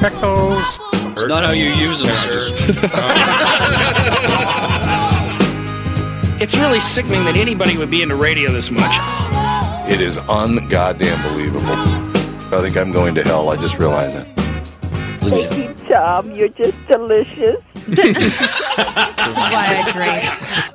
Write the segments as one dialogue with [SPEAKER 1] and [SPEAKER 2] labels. [SPEAKER 1] pickles.
[SPEAKER 2] It's not how you use them, sir.
[SPEAKER 3] It's really sickening that anybody would be into radio this much.
[SPEAKER 4] It is ungoddamn believable. I think I'm going to hell. I just realized it. Look at that.
[SPEAKER 5] Tom, you're just delicious.
[SPEAKER 6] This is why I drink.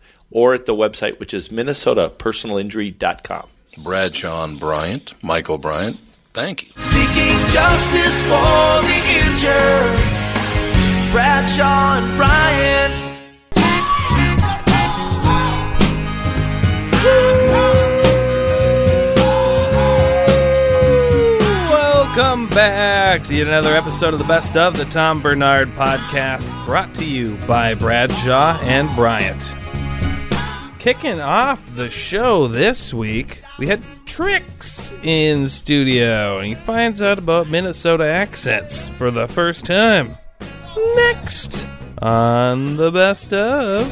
[SPEAKER 7] or at the website, which is minnesotapersonalinjury.com.
[SPEAKER 4] Brad Sean Bryant, Michael Bryant. Thank you.
[SPEAKER 8] Seeking justice for the injured. Bradshaw and Bryant.
[SPEAKER 9] Welcome back to yet another episode of the Best of the Tom Bernard Podcast, brought to you by Bradshaw and Bryant. Kicking off the show this week, we had Tricks in studio, and he finds out about Minnesota accents for the first time. Next on the Best of.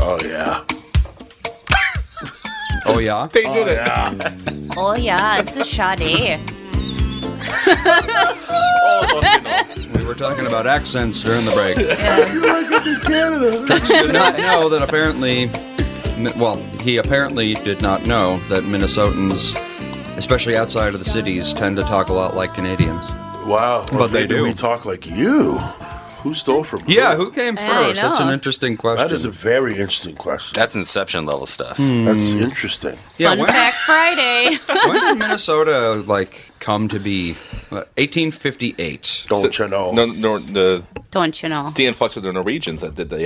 [SPEAKER 2] Oh, yeah.
[SPEAKER 3] Oh, yeah?
[SPEAKER 1] They did it.
[SPEAKER 6] Oh yeah, it's a Sade.
[SPEAKER 3] We were talking about accents during the break.
[SPEAKER 1] Canada.
[SPEAKER 3] did not know that apparently, Mi- well, he apparently did not know that Minnesotans, especially outside of the cities, tend to talk a lot like Canadians.
[SPEAKER 2] Wow.
[SPEAKER 3] But they
[SPEAKER 2] maybe
[SPEAKER 3] do.
[SPEAKER 2] We talk like you. Who stole from
[SPEAKER 3] Yeah, who came
[SPEAKER 6] Yeah, I
[SPEAKER 3] first? That's an
[SPEAKER 6] know.
[SPEAKER 3] interesting question.
[SPEAKER 2] That is a very interesting question.
[SPEAKER 8] That's inception level stuff.
[SPEAKER 2] That's interesting.
[SPEAKER 3] Hmm. yeah,
[SPEAKER 6] Fun
[SPEAKER 3] when,
[SPEAKER 6] Fact Friday.
[SPEAKER 3] when did Minnesota like come to be? Uh, 1858.
[SPEAKER 2] Don't you know?
[SPEAKER 6] Don't you know?
[SPEAKER 3] Isn't that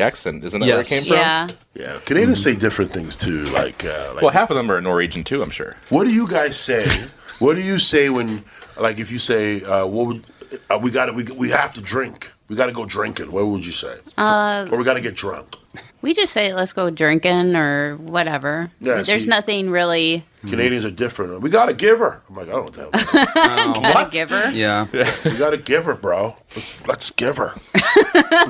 [SPEAKER 3] yes.
[SPEAKER 6] Yeah.
[SPEAKER 2] Yeah, Canadians say different things too. Like, uh, like,
[SPEAKER 8] Well, half of them are Norwegian too, I'm sure.
[SPEAKER 2] what do you guys say? what do you say when, like, if you say, uh, "What would uh, we got? to We we have to drink. We got to go drinking." What would you say? Uh, or we got to get drunk.
[SPEAKER 6] We just say let's go drinking or whatever.
[SPEAKER 2] Yeah,
[SPEAKER 6] There's
[SPEAKER 2] see-
[SPEAKER 6] nothing really
[SPEAKER 2] Canadians are different. We got to give her. I'm like, I don't know. What the hell.
[SPEAKER 6] kind of giver.
[SPEAKER 3] Yeah.
[SPEAKER 2] we got to give her, bro. Let's, let's give her.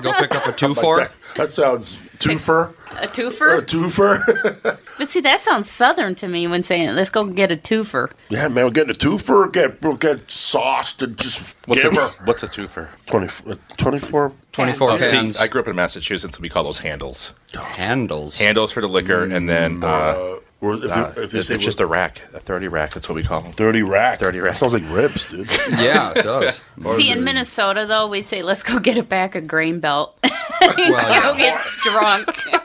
[SPEAKER 3] Go pick up a two
[SPEAKER 2] Like,
[SPEAKER 3] for.
[SPEAKER 2] that, that sounds twofer.
[SPEAKER 6] A
[SPEAKER 2] A
[SPEAKER 6] twofer?
[SPEAKER 2] twofer.
[SPEAKER 6] But see, that sounds southern to me when saying let's go get a twofer.
[SPEAKER 2] yeah, man, we're getting a twofer. Get we'll get sauced and just give her.
[SPEAKER 8] What's a twofer?
[SPEAKER 2] 20, uh, 24
[SPEAKER 3] 24
[SPEAKER 8] See,
[SPEAKER 3] cans.
[SPEAKER 8] I grew up in Massachusetts, and we call those handles.
[SPEAKER 3] Handles.
[SPEAKER 8] Handles for the liquor, and then uh,
[SPEAKER 2] Or Mm, if,
[SPEAKER 8] Nah,
[SPEAKER 2] you, if you
[SPEAKER 8] it's
[SPEAKER 2] say
[SPEAKER 8] it's just a rack, a thirty rack. That's what we call them.
[SPEAKER 2] Thirty rack.
[SPEAKER 8] Thirty rack.
[SPEAKER 2] Sounds like ribs, dude.
[SPEAKER 8] yeah, it does.
[SPEAKER 6] See, in Minnesota, though, we say, let's go get a pack of grain belt.
[SPEAKER 2] Well,
[SPEAKER 6] go get drunk.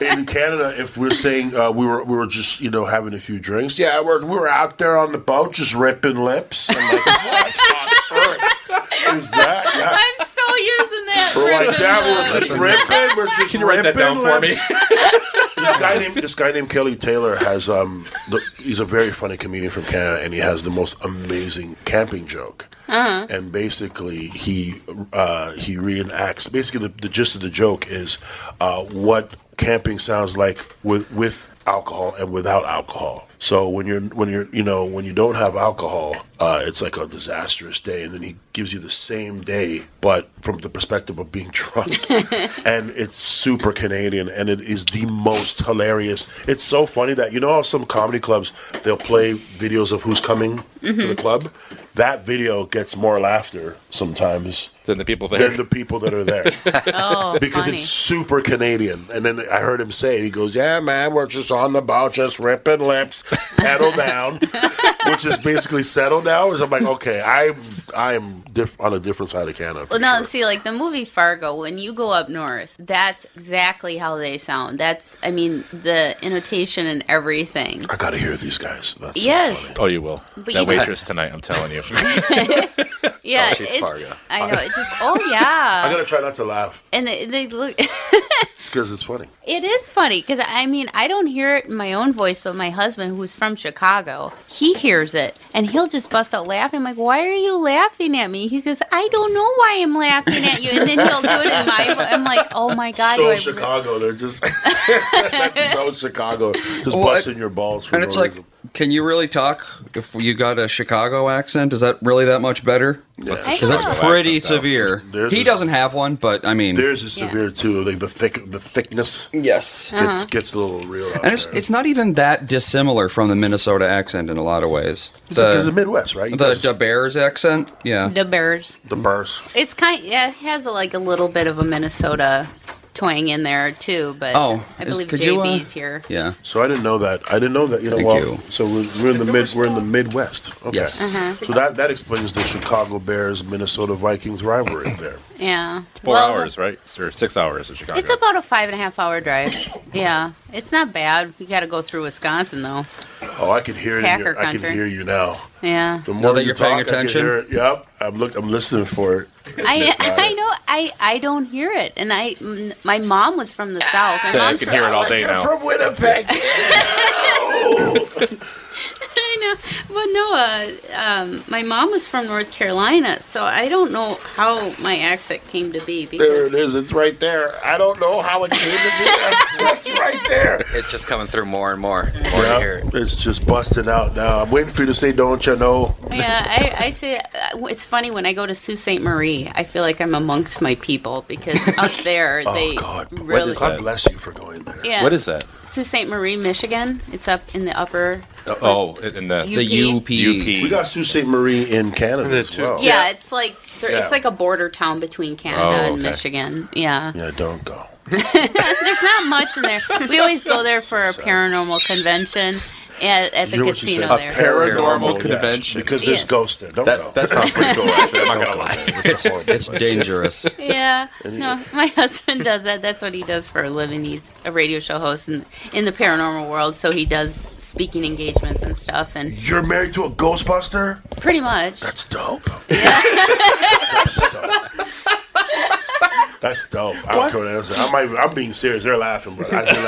[SPEAKER 2] in Canada, if we're saying uh, we were we were just you know having a few drinks, yeah, we're we were out there on the boat just ripping lips. I'm like, Is that?
[SPEAKER 6] I'm so using that.
[SPEAKER 2] We're like
[SPEAKER 6] ribbon,
[SPEAKER 2] that.
[SPEAKER 6] uh,
[SPEAKER 2] We're just ripping. We're just
[SPEAKER 8] Can you write that
[SPEAKER 2] ripping
[SPEAKER 8] down for me?
[SPEAKER 2] lips. this guy named this guy named Kelly Taylor has um the, he's a very funny comedian from Canada and he has the most amazing camping joke.
[SPEAKER 10] Uh-huh.
[SPEAKER 2] And basically, he uh, he reenacts. Basically, the, the gist of the joke is uh, what camping sounds like with with alcohol and without alcohol. So when you're when you're you know when you don't have alcohol, uh, it's like a disastrous day. And then he gives you the same day, but from the perspective of being drunk and it's super Canadian, and it is the most hilarious. It's so funny that you know how some comedy clubs they'll play videos of who's coming to the
[SPEAKER 8] Mhm.
[SPEAKER 2] club. That video gets more laughter sometimes
[SPEAKER 8] than the people there.
[SPEAKER 2] than the people that are there
[SPEAKER 8] Oh,
[SPEAKER 2] because
[SPEAKER 8] funny.
[SPEAKER 2] it's super Canadian. And then I heard him say, it, he goes, "Yeah, man, we're just on the boat, just ripping lips, pedal down," which is basically settle down. Which I'm like, okay, I'm I'm diff- on a different side of Canada. for
[SPEAKER 6] Well, now see, like the movie Fargo, when you go up north, that's exactly how they sound. That's, I mean, the annotation and everything.
[SPEAKER 2] I gotta hear these guys. That's
[SPEAKER 6] Yes.
[SPEAKER 8] Oh, you will.
[SPEAKER 6] But
[SPEAKER 8] that
[SPEAKER 6] you-
[SPEAKER 8] waitress tonight, I'm telling you.
[SPEAKER 6] Yeah,
[SPEAKER 8] Oh, she's
[SPEAKER 6] it-
[SPEAKER 8] Fargo.
[SPEAKER 6] I know. It just, oh yeah.
[SPEAKER 2] I gotta try not to laugh
[SPEAKER 6] and they, they look.
[SPEAKER 2] because it's funny.
[SPEAKER 6] It is funny because I mean I don't hear it in my own voice, but my husband, who's from Chicago, he hears it and he'll just bust out laughing. like, why are you laughing at me? He says, I don't know why I'm laughing at you, and then he'll do it in my. vo- I'm like, oh my god, do
[SPEAKER 2] so
[SPEAKER 6] I-
[SPEAKER 2] Chicago, they're just so Chicago, just
[SPEAKER 3] Well, I-
[SPEAKER 2] busting your balls. For
[SPEAKER 3] and
[SPEAKER 2] no
[SPEAKER 3] it's like,
[SPEAKER 2] reason.
[SPEAKER 3] can you really talk if you got a Chicago accent? Is that really that much better?
[SPEAKER 2] I
[SPEAKER 3] Because that's
[SPEAKER 2] know.
[SPEAKER 3] pretty severe.
[SPEAKER 2] There's
[SPEAKER 3] he
[SPEAKER 2] a-
[SPEAKER 3] doesn't have one, but I mean,
[SPEAKER 2] theirs is severe too. Like the thick, the thickness.
[SPEAKER 3] Yes,
[SPEAKER 2] gets,
[SPEAKER 3] Uh-huh.
[SPEAKER 2] gets a little real. out
[SPEAKER 3] and it's
[SPEAKER 2] there.
[SPEAKER 3] it's not even that dissimilar from the Minnesota accent in a lot of ways.
[SPEAKER 2] It's like- 'cause the Midwest, right? You
[SPEAKER 3] The
[SPEAKER 2] guys-
[SPEAKER 3] Da Bears accent, yeah.
[SPEAKER 6] The Bears.
[SPEAKER 2] The Bears.
[SPEAKER 6] It's kind. Yeah, it has a, like a little bit of a Minnesota twang in there too, but
[SPEAKER 2] Oh,
[SPEAKER 6] I
[SPEAKER 2] is-
[SPEAKER 6] believe
[SPEAKER 2] could you, uh,
[SPEAKER 6] JB's here.
[SPEAKER 3] Yeah.
[SPEAKER 2] So I didn't know that. I didn't know that. You know,
[SPEAKER 3] Thank
[SPEAKER 2] well,
[SPEAKER 3] you.
[SPEAKER 2] so we're, we're in the mid. We're in the Midwest. Okay.
[SPEAKER 3] Yes.
[SPEAKER 6] Uh-huh.
[SPEAKER 3] Mhm.
[SPEAKER 2] So that that explains the Chicago Bears Minnesota Vikings rivalry there.
[SPEAKER 6] Yeah.
[SPEAKER 8] Four
[SPEAKER 6] Well,
[SPEAKER 8] hours, right? Or six hours in Chicago.
[SPEAKER 6] It's about a five and a half hour drive. Yeah, it's not bad. You got to go through Wisconsin though.
[SPEAKER 2] Oh, I can hear it. in your-
[SPEAKER 6] Hacker
[SPEAKER 2] I can
[SPEAKER 6] country.
[SPEAKER 2] hear you now.
[SPEAKER 6] Yeah.
[SPEAKER 2] The
[SPEAKER 3] Now
[SPEAKER 2] more
[SPEAKER 3] that
[SPEAKER 2] you
[SPEAKER 3] you're paying
[SPEAKER 2] talk, I can
[SPEAKER 3] attention?
[SPEAKER 2] hear it. Yep. I'm look. I'm listening for it.
[SPEAKER 6] I I know I I don't hear it, and I m- my mom was from the south. My
[SPEAKER 2] Yeah, I
[SPEAKER 6] mom's
[SPEAKER 2] can hear it all
[SPEAKER 6] from-
[SPEAKER 2] day now.
[SPEAKER 8] From
[SPEAKER 2] Winnipeg.
[SPEAKER 6] I know, but no, uh, um, my mom was from North Carolina, so I don't know how my accent came to be
[SPEAKER 2] There
[SPEAKER 6] because
[SPEAKER 2] it is. It's right there. I don't know how it came to be. That's right there.
[SPEAKER 11] It's just coming through more and more. The More you
[SPEAKER 2] Yeah,
[SPEAKER 11] hear it.
[SPEAKER 2] it's just busting out now. I'm waiting for you to say, "Don't you know?"
[SPEAKER 6] yeah, I, I say uh, it's funny when I go to Sault Ste. Marie, I feel like I'm amongst my people because up there
[SPEAKER 2] Oh,
[SPEAKER 6] they
[SPEAKER 2] God. What
[SPEAKER 6] really
[SPEAKER 2] is God that? bless you for going there.
[SPEAKER 6] Yeah.
[SPEAKER 8] What is that?
[SPEAKER 6] Sault Ste. Marie, Michigan. It's up in the upper.
[SPEAKER 8] Oh, in the
[SPEAKER 6] The UP.
[SPEAKER 2] We got Sault Ste. Marie in Canada as well.
[SPEAKER 6] Yeah, it's like there-
[SPEAKER 2] Oh. Yeah.
[SPEAKER 6] it's like a border town between Canada
[SPEAKER 2] Oh,
[SPEAKER 6] and
[SPEAKER 2] okay.
[SPEAKER 6] Michigan. Yeah,
[SPEAKER 2] Yeah, don't go.
[SPEAKER 6] there's not much in there. We always go there for a paranormal convention at, at the
[SPEAKER 2] You know what she
[SPEAKER 6] casino
[SPEAKER 2] said?
[SPEAKER 6] there.
[SPEAKER 2] yes,
[SPEAKER 8] convention.
[SPEAKER 2] because
[SPEAKER 6] Yes.
[SPEAKER 2] there's ghosts there. Don't go.
[SPEAKER 8] That sounds pretty cool. Actually, I'm not gonna lie.
[SPEAKER 3] It's, it's dangerous.
[SPEAKER 6] Yeah,
[SPEAKER 8] Anyway.
[SPEAKER 6] no, my husband does that. That's what he does for a living. He's a radio show host in in the paranormal world, so he does speaking engagements and stuff, and
[SPEAKER 2] You're married to a Ghostbuster?
[SPEAKER 6] pretty much.
[SPEAKER 2] That's dope. That's dope. I don't care what answer. I'm, not even- I'm being serious. They're laughing, but I feel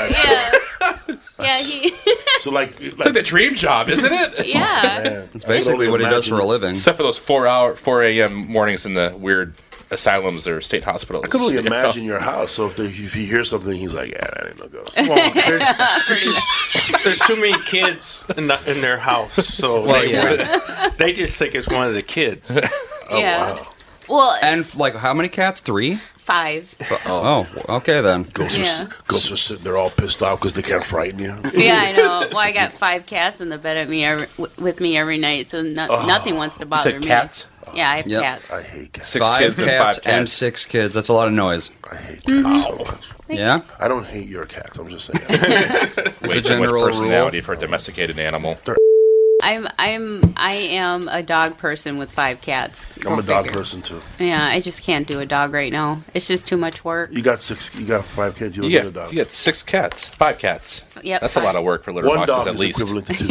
[SPEAKER 2] like
[SPEAKER 6] Yeah, he.
[SPEAKER 2] so like it's
[SPEAKER 8] like the dream job, isn't it?
[SPEAKER 6] Yeah.
[SPEAKER 3] It's basically what he does for a living.
[SPEAKER 8] Except for those four hour, four a.m. mornings in the weird asylums or state hospitals.
[SPEAKER 2] I could only
[SPEAKER 8] You know?
[SPEAKER 2] imagine your house. So if, they, if you hear something, he's like, "Yeah, that ain't no ghost."
[SPEAKER 12] There's too many kids in, the, in their house, so
[SPEAKER 3] Well,
[SPEAKER 12] they,
[SPEAKER 3] yeah.
[SPEAKER 12] they just think it's one of the
[SPEAKER 2] Oh,
[SPEAKER 12] kids.
[SPEAKER 6] yeah.
[SPEAKER 3] Oh,
[SPEAKER 6] Well,
[SPEAKER 3] And like, how many cats? Three?
[SPEAKER 6] five.
[SPEAKER 3] Oh, okay then.
[SPEAKER 2] Ghosts,
[SPEAKER 6] Yeah.
[SPEAKER 2] are, ghosts are sitting there all pissed off because they can't frighten you.
[SPEAKER 6] Yeah, I know. Well, I got five cats in the bed at me every, w- with me every night, so no,
[SPEAKER 2] Oh.
[SPEAKER 6] nothing wants to bother me.
[SPEAKER 2] cats?
[SPEAKER 6] Yeah, I have
[SPEAKER 3] Yep.
[SPEAKER 6] cats.
[SPEAKER 2] hate
[SPEAKER 3] five
[SPEAKER 8] kids and
[SPEAKER 3] cats
[SPEAKER 8] five
[SPEAKER 3] and six kids. That's a lot of noise.
[SPEAKER 2] I hate
[SPEAKER 6] Mhm.
[SPEAKER 2] so much.
[SPEAKER 3] Yeah?
[SPEAKER 2] I don't hate your cats. I'm just saying.
[SPEAKER 8] Way too much personality for a domesticated animal.
[SPEAKER 6] I'm I'm I am a dog person with five cats.
[SPEAKER 2] I'm
[SPEAKER 6] Go
[SPEAKER 2] a dog
[SPEAKER 6] figure.
[SPEAKER 2] person too.
[SPEAKER 6] Yeah, I just can't do a dog right now. It's just too much work.
[SPEAKER 2] You got six. You got five kids. You
[SPEAKER 8] You
[SPEAKER 2] don't need a
[SPEAKER 8] get,
[SPEAKER 2] dog.
[SPEAKER 8] you get six cats, five cats.
[SPEAKER 6] Yep.
[SPEAKER 8] That's a lot of work for litter
[SPEAKER 2] One
[SPEAKER 8] boxes
[SPEAKER 2] dog
[SPEAKER 8] at
[SPEAKER 2] is
[SPEAKER 8] least.
[SPEAKER 2] equivalent to two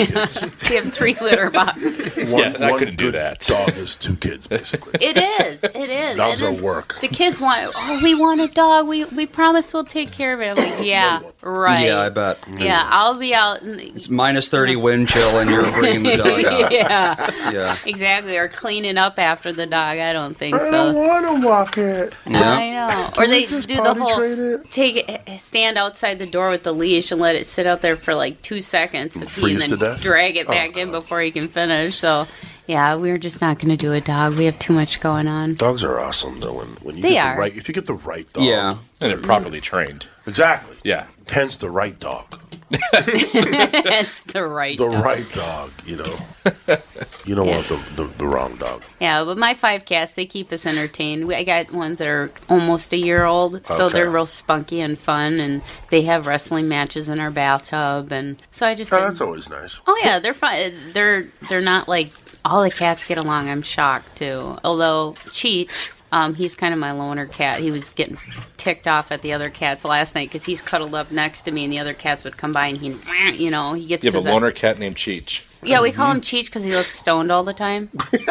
[SPEAKER 6] we have three litter boxes.
[SPEAKER 8] yeah, I couldn't do that.
[SPEAKER 2] Dog is two kids basically.
[SPEAKER 6] It is. It is.
[SPEAKER 2] Dogs
[SPEAKER 6] And
[SPEAKER 2] are
[SPEAKER 6] then
[SPEAKER 2] work.
[SPEAKER 6] The kids want. Oh, we want a dog. We we promise we'll take care of it. I'm like, yeah, right.
[SPEAKER 3] Yeah, I bet.
[SPEAKER 2] Mm.
[SPEAKER 6] Yeah, I'll be out. In the,
[SPEAKER 3] It's minus 30 wind chill, and you're bringing the dog out.
[SPEAKER 6] yeah,
[SPEAKER 3] Yeah.
[SPEAKER 6] exactly. Or cleaning up after the dog. I don't think so.
[SPEAKER 2] want to walk it.
[SPEAKER 6] I know. Or they do the whole take it, stand outside the door with the leash and let it sit out there for like two seconds to pee and
[SPEAKER 2] freeze
[SPEAKER 6] then
[SPEAKER 2] to death?
[SPEAKER 6] drag it
[SPEAKER 2] Oh,
[SPEAKER 6] back in before he can finish. So, yeah, we're just not going to do a dog. We have too much going on.
[SPEAKER 2] Dogs are awesome though. When, when you
[SPEAKER 6] They
[SPEAKER 2] get
[SPEAKER 6] are.
[SPEAKER 2] the right, if you get the right dog,
[SPEAKER 8] Yeah. And they're properly trained.
[SPEAKER 2] Exactly.
[SPEAKER 8] Yeah.
[SPEAKER 2] Hence the right dog.
[SPEAKER 6] That's the right.
[SPEAKER 2] The
[SPEAKER 6] dog.
[SPEAKER 2] right dog. You know. You don't want the, the the wrong dog.
[SPEAKER 6] Yeah, but my five cats, they keep us entertained. We, I got ones that are almost a year old, so
[SPEAKER 2] Okay.
[SPEAKER 6] they're real spunky and fun, and they have wrestling matches in our bathtub, and so I just.
[SPEAKER 2] Oh, that's always nice.
[SPEAKER 6] Oh yeah, they're fun. They're they're not like all the cats get along. I'm shocked too. Although Cheat, um, he's kind of my loner cat. He was getting ticked off at the other cats last night because he's cuddled up next to me, and the other cats would come by and he, you know, he gets.
[SPEAKER 8] You have
[SPEAKER 6] 'cause
[SPEAKER 8] a
[SPEAKER 6] I-
[SPEAKER 8] loner cat named Cheech.
[SPEAKER 6] Yeah, we call him Cheech because he looks stoned all the time. so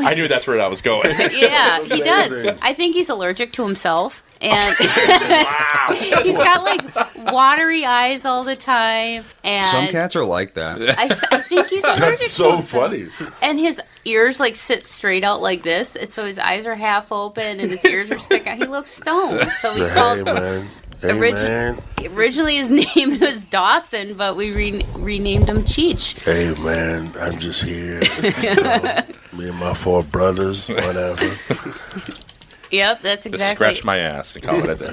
[SPEAKER 8] I knew that's where that was going.
[SPEAKER 6] yeah, he does. I think he's allergic to himself. And he's got like watery eyes all the time, and
[SPEAKER 3] Some cats are like that.
[SPEAKER 6] I, s- I think he's allergic.
[SPEAKER 3] That's
[SPEAKER 6] to
[SPEAKER 3] so
[SPEAKER 6] himself.
[SPEAKER 3] funny.
[SPEAKER 6] And his ears like sit straight out like this, and so his eyes are half open and his ears are sticking out. He looks stoned. Oh, So we
[SPEAKER 2] Hey
[SPEAKER 6] called.
[SPEAKER 2] man. Hey
[SPEAKER 6] Origi-
[SPEAKER 2] man.
[SPEAKER 6] Originally, his name was Dawson, but we re- renamed him Cheech.
[SPEAKER 2] Hey man, I'm just here. you know, me and my four brothers, whatever.
[SPEAKER 6] Yep, that's exactly.
[SPEAKER 8] Scratch my ass and call it a day.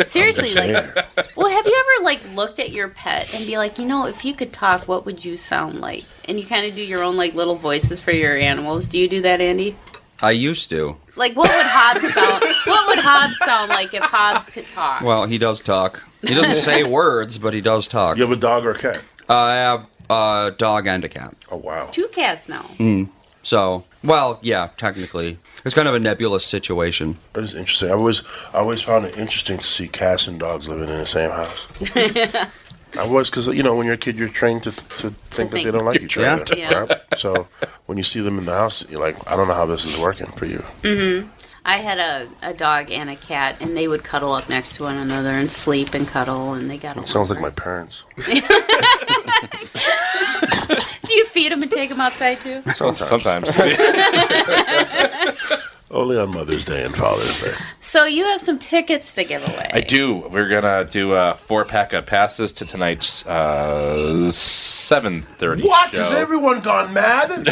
[SPEAKER 2] uh,
[SPEAKER 6] Seriously,
[SPEAKER 8] I'm
[SPEAKER 6] like, well, have you ever like looked at your pet and be like, you know, if you could talk, what would you sound like? And you kind of do your own like little voices for your animals. Do you do that, Andy?
[SPEAKER 3] I used to.
[SPEAKER 6] Like, what would Hobbs sound? What would Hobbs sound like if Hobbs could talk?
[SPEAKER 3] Well, he does talk. He doesn't say words, but he does talk. You
[SPEAKER 2] have a dog or a cat?
[SPEAKER 3] I have a dog and a cat.
[SPEAKER 2] Oh, wow.
[SPEAKER 6] Two cats now.
[SPEAKER 3] Mm. So, well, yeah, technically. It's kind of a nebulous situation.
[SPEAKER 2] That is interesting. I always I always found it interesting to see cats and dogs living in the same house. I was because you know when you're a kid, you're trained to to think that they
[SPEAKER 6] think.
[SPEAKER 2] don't like
[SPEAKER 6] You're
[SPEAKER 2] each
[SPEAKER 6] trained
[SPEAKER 2] other.
[SPEAKER 6] to- Yeah.
[SPEAKER 2] right? So when you see them in the house, you're like, I don't know how this is working for you.
[SPEAKER 6] Mm-hmm. I had a, a dog and a cat, and they would cuddle up next to one another and sleep and cuddle, and they
[SPEAKER 2] It
[SPEAKER 6] got. along.
[SPEAKER 2] sounds like my parents.
[SPEAKER 6] Do you feed them and take them outside too?
[SPEAKER 2] Sometimes. Only on Mother's Day and Father's Day.
[SPEAKER 6] So you have some tickets to give away.
[SPEAKER 8] I do. We're gonna do a four pack of passes to tonight's uh, seven thirty.
[SPEAKER 2] What? Has everyone gone mad?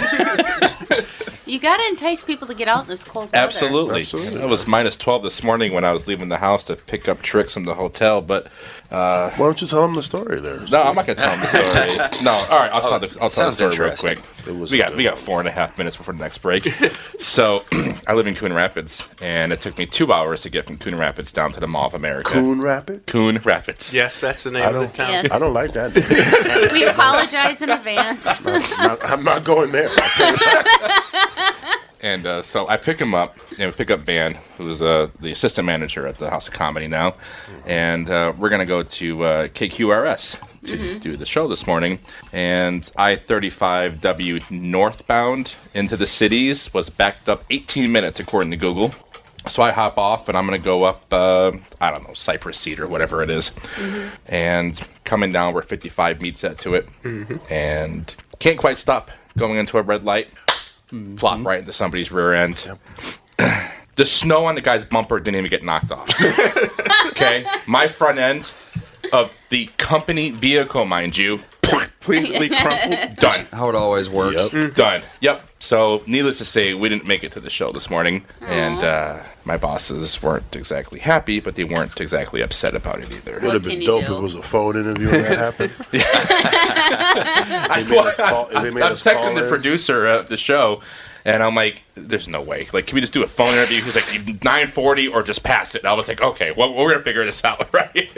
[SPEAKER 6] You gotta entice people to get out in this cold weather.
[SPEAKER 8] Absolutely. It was minus 12 this morning when I was leaving the house to pick up tricks from the hotel, but. Uh,
[SPEAKER 2] Why don't you tell them the story there?
[SPEAKER 8] No, I'm not going to tell them the story. no, all right, I'll
[SPEAKER 12] Oh,
[SPEAKER 8] tell the, I'll tell the
[SPEAKER 2] sounds
[SPEAKER 8] story real
[SPEAKER 2] interesting.
[SPEAKER 8] quick. We got, we got four and a half minutes before the next break. so I live in Coon Rapids, and it took me two hours to get from Coon Rapids down to the Mall of America.
[SPEAKER 2] Coon Rapids?
[SPEAKER 8] Coon Rapids.
[SPEAKER 12] Yes, that's the name
[SPEAKER 2] I
[SPEAKER 12] of the
[SPEAKER 2] don't.
[SPEAKER 12] town.
[SPEAKER 6] Yes.
[SPEAKER 2] I don't like that. name.
[SPEAKER 6] We apologize in advance.
[SPEAKER 2] I'm Uh, not- I'm not going there. I'll tell you that.
[SPEAKER 8] And uh, so I pick him up, and we pick up Van, who's uh, the assistant manager at the House of Comedy now. And uh, we're going to go to uh, KQRS to
[SPEAKER 10] Mhm.
[SPEAKER 8] do the show this morning. And I 35W northbound into the cities was backed up 18 minutes, according to Google. So I hop off, and I'm going to go up, uh, I don't know, Cypress Seat or whatever it is. And coming down where 55 meets that to it. And can't quite stop going into a red light plop right into somebody's rear end. the snow on the guy's bumper didn't even get knocked off. okay, my front end of the company vehicle, mind you, completely crumpled. Done. Mm-hmm.
[SPEAKER 3] How it always works.
[SPEAKER 8] Done. Yep. So, needless to say, we didn't make it to the show this morning, and uh, my bosses weren't exactly happy, but they weren't exactly upset about it either.
[SPEAKER 2] Would have been dope if it was a phone interview and that happened.
[SPEAKER 8] I,
[SPEAKER 2] made us call- they made
[SPEAKER 8] am
[SPEAKER 2] us
[SPEAKER 8] texting
[SPEAKER 2] call
[SPEAKER 8] the
[SPEAKER 2] in.
[SPEAKER 8] producer of the show. And I'm like, there's no way. Like, can we just do a phone interview? He's like, 940 or just pass it. And I was like, okay, well, we're going to figure this out, right?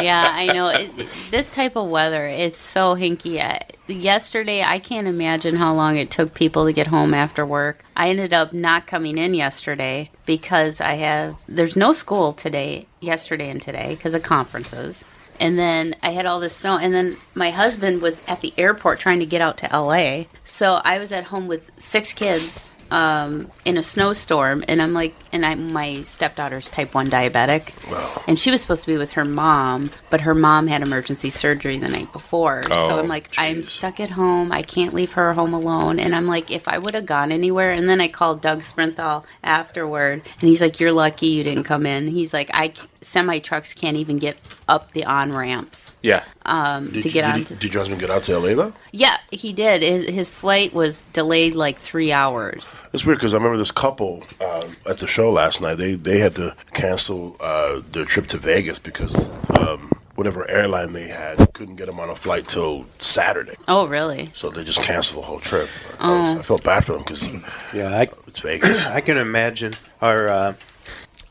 [SPEAKER 6] yeah, I know. It, it- this type of weather, it's so hinky. I, yesterday, I can't imagine how long it took people to get home after work. I ended up not coming in yesterday because I have, there's no school today, yesterday and today, because of conferences. And then I had all this snow. And then my husband was at the airport trying to get out to LA. So I was at home with six kids um, in a snowstorm. And I'm like, and I, my stepdaughter's type 1 diabetic. And she was supposed to be with her mom, but her mom had emergency surgery the night before. so
[SPEAKER 10] Oh,
[SPEAKER 6] I'm like, I'm stuck at home. I can't leave her home alone. And I'm like, if I would have gone anywhere, and then I called Doug Sprinthal afterward, and he's like, You're lucky you didn't come in. He's like, I semi trucks can't even get up the on ramps
[SPEAKER 8] Yeah.
[SPEAKER 6] um, to
[SPEAKER 2] Did,
[SPEAKER 6] get
[SPEAKER 2] you,
[SPEAKER 6] on.
[SPEAKER 2] did, did your husband get out to LA though?
[SPEAKER 6] yeah, he did. His, his flight was delayed like three hours.
[SPEAKER 2] It's weird because I remember this couple uh, at the show last night. They they had to cancel uh, their trip to Vegas because um, whatever airline they had couldn't get them on a flight till Saturday.
[SPEAKER 6] Oh, really?
[SPEAKER 2] So they just canceled the whole trip. I,
[SPEAKER 6] Oh.
[SPEAKER 2] was, I felt bad for them because
[SPEAKER 12] Yeah, I,
[SPEAKER 2] it's Vegas.
[SPEAKER 12] I can imagine our uh,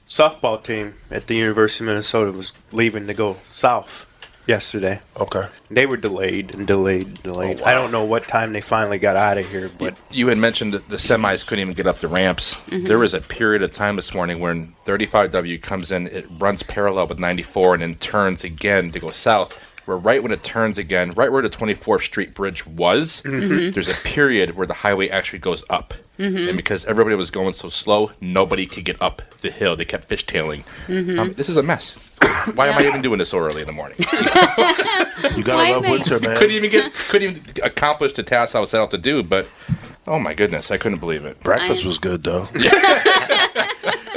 [SPEAKER 12] softball team at the University of Minnesota was leaving to go south yesterday.
[SPEAKER 2] Okay.
[SPEAKER 12] They were delayed and delayed and delayed. I don't know what time they finally got out of here, but
[SPEAKER 8] You had mentioned that the semis couldn't even get up the ramps.
[SPEAKER 12] Mhm.
[SPEAKER 8] There was a period of time this morning when 35W comes in, it runs parallel with 94 and then turns again to go south. Where right when it turns again, right where the 24th Street Bridge was,
[SPEAKER 12] Mm-hmm.
[SPEAKER 10] Mhm.
[SPEAKER 8] there's a period where the highway actually goes up.
[SPEAKER 10] Mhm.
[SPEAKER 8] And because everybody was going so slow, nobody could get up the hill. They kept fishtailing.
[SPEAKER 12] Mm-hmm.
[SPEAKER 10] Mhm.
[SPEAKER 8] Um, this is a mess. Why am I even doing this so early in the morning?
[SPEAKER 2] you
[SPEAKER 10] gotta Why love am I- winter, man.
[SPEAKER 8] Couldn't even get, couldn't even accomplish the task I was set out to do. But oh my goodness, I couldn't believe it.
[SPEAKER 2] Breakfast was good though.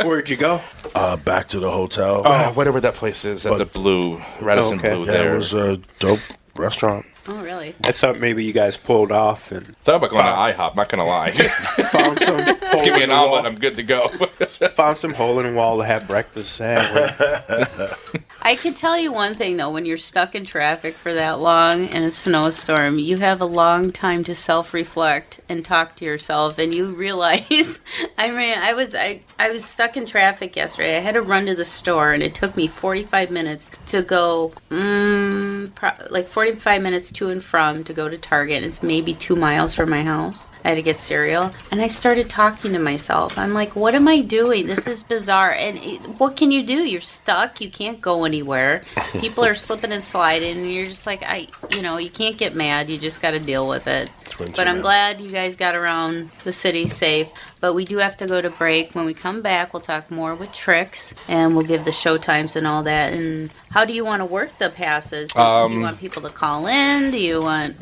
[SPEAKER 12] Where'd you go?
[SPEAKER 2] Uh, back to the hotel.
[SPEAKER 8] Oh, whatever that place is at the Blue Radisson
[SPEAKER 12] Okay.
[SPEAKER 8] Blue.
[SPEAKER 2] yeah,
[SPEAKER 8] there
[SPEAKER 2] it was a dope restaurant.
[SPEAKER 6] Oh, really?
[SPEAKER 12] I thought maybe you guys pulled off and
[SPEAKER 8] thought about going to IHOP. Not gonna lie. Let's give me an omelet. I'm good to go.
[SPEAKER 12] found some hole in the wall to have breakfast eh? at.
[SPEAKER 6] I can tell you one thing though, when you're stuck in traffic for that long in a snowstorm, you have a long time to self-reflect and talk to yourself and you realize I mean, I was I, I was stuck in traffic yesterday. I had to run to the store and it took me 45 minutes to go mm, pro- like 45 minutes to and from to go to Target. It's maybe 2 miles from my house. I had to get cereal and I started talking to myself. I'm like, "What am I doing? This is bizarre." And it, what can you do? You're stuck. You can't go anywhere. People are slipping and sliding and you're just like, "I, you know, you can't get mad. You just got to deal with it."
[SPEAKER 10] winter,
[SPEAKER 6] But I'm
[SPEAKER 10] man.
[SPEAKER 6] glad you guys got around the city safe. But we do have to go to break. When we come back, we'll talk more with Tricks and we'll give the show times and all that. And how do you want to work the passes? Do, do you
[SPEAKER 8] Um,
[SPEAKER 6] want people to call in? Do you want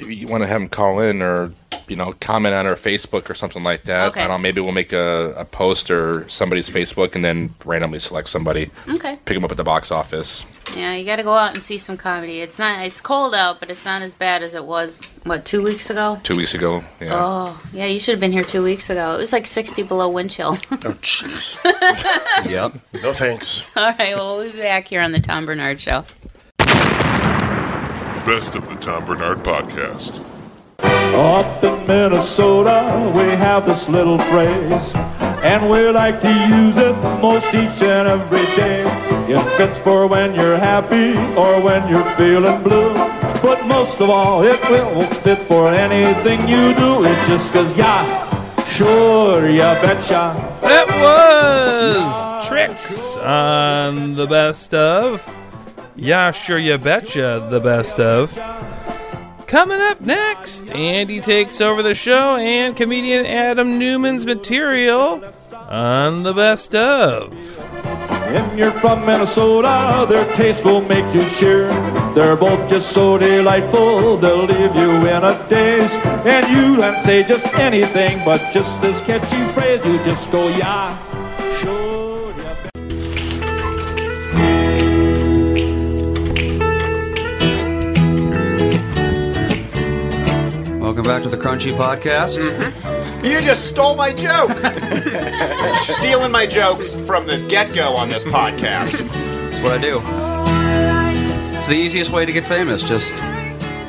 [SPEAKER 8] you want to have them call in or you know comment on our Facebook or something like that.
[SPEAKER 6] Okay.
[SPEAKER 8] I don't. know, Maybe we'll make a, a post or somebody's Facebook and then randomly select somebody.
[SPEAKER 6] Okay.
[SPEAKER 8] Pick them up at the box office.
[SPEAKER 6] Yeah, you got to go out and see some comedy. It's not it's cold out, but it's not as bad as it was what 2 weeks ago.
[SPEAKER 8] Two weeks ago. Yeah.
[SPEAKER 6] Oh, yeah, you should have been here 2 weeks ago. It was like 60 below wind chill.
[SPEAKER 2] Oh, jeez.
[SPEAKER 8] yep.
[SPEAKER 2] No thanks.
[SPEAKER 6] all right, well, we'll be back here on the Tom Bernard show.
[SPEAKER 13] Best of the Tom Bernard Podcast.
[SPEAKER 14] Up in Minnesota, we have this little phrase, and we like to use it most each and every day. It fits for when you're happy or when you're feeling blue, but most of all, it will fit for anything you do. It's just 'cause yeah, sure, you betcha.
[SPEAKER 9] That was Tricks on the best of. Yeah, sure, you betcha, the best of. Coming up next, Andy takes over the show and comedian Adam Newman's material on the best of.
[SPEAKER 14] If you're from Minnesota, their taste will make you cheer. They're both just so delightful, they'll leave you in a daze. And you can say just anything, but just this catchy phrase, you just go, yeah.
[SPEAKER 3] Welcome back to the Crunchy Podcast.
[SPEAKER 15] Mm-hmm. You just stole my joke. Stealing my jokes from the get go on this podcast.
[SPEAKER 3] That's what I do. It's the easiest way to get famous. Just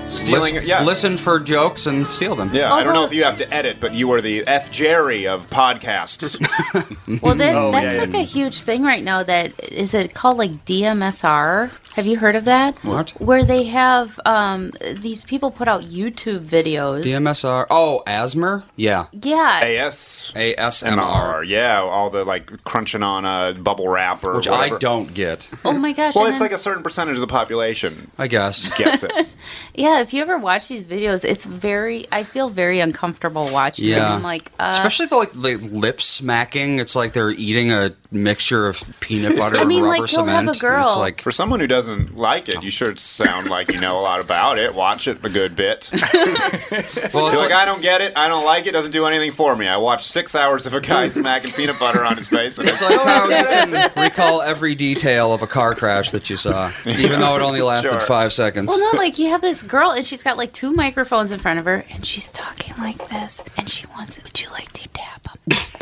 [SPEAKER 15] Stealing-
[SPEAKER 3] listen,
[SPEAKER 15] yeah.
[SPEAKER 3] listen for jokes and steal them.
[SPEAKER 15] Yeah, I don't know if you have to edit, but you are the F. Jerry of podcasts.
[SPEAKER 6] Well, that,
[SPEAKER 15] Oh,
[SPEAKER 3] Oh,
[SPEAKER 6] that's like a huge thing right now. That is it called like DMSR? Have you heard of that?
[SPEAKER 3] What?
[SPEAKER 6] Where they have um, these people put out YouTube videos.
[SPEAKER 3] DMSR. Oh, ASMR. Yeah.
[SPEAKER 6] Yeah.
[SPEAKER 15] AS
[SPEAKER 3] ASMR.
[SPEAKER 15] Yeah, all the like crunching on a bubble wrap or
[SPEAKER 3] Which I
[SPEAKER 15] don't get.
[SPEAKER 6] Oh my gosh.
[SPEAKER 15] Well,
[SPEAKER 6] and
[SPEAKER 15] it's
[SPEAKER 6] then-
[SPEAKER 15] like a certain percentage of the population.
[SPEAKER 3] I guess
[SPEAKER 15] gets it.
[SPEAKER 6] yeah, if you ever watch these videos, it's very. I feel very uncomfortable watching
[SPEAKER 3] Yeah.
[SPEAKER 6] them. I'm like, uh,
[SPEAKER 3] Especially the like the lip smacking. It's like they're eating a mixture of peanut butter
[SPEAKER 6] I mean,
[SPEAKER 3] and
[SPEAKER 6] like,
[SPEAKER 3] rubber
[SPEAKER 6] he'll
[SPEAKER 3] cement.
[SPEAKER 6] have a girl-
[SPEAKER 3] It's like
[SPEAKER 15] for someone who doesn't like it, you should sound like you know a lot about it. Watch it a good bit. You're like, I don't get it. I don't like it. Doesn't do anything for me. I watched six hours of a guy smacking peanut butter on his face. And
[SPEAKER 3] It's like how you can recall every detail of a car crash that you saw, even though it only lasted
[SPEAKER 15] Sure.
[SPEAKER 3] five seconds.
[SPEAKER 6] well, no, like you have this girl and she's got like two microphones in front of her and she's talking like this and she wants. Would you like deep tap?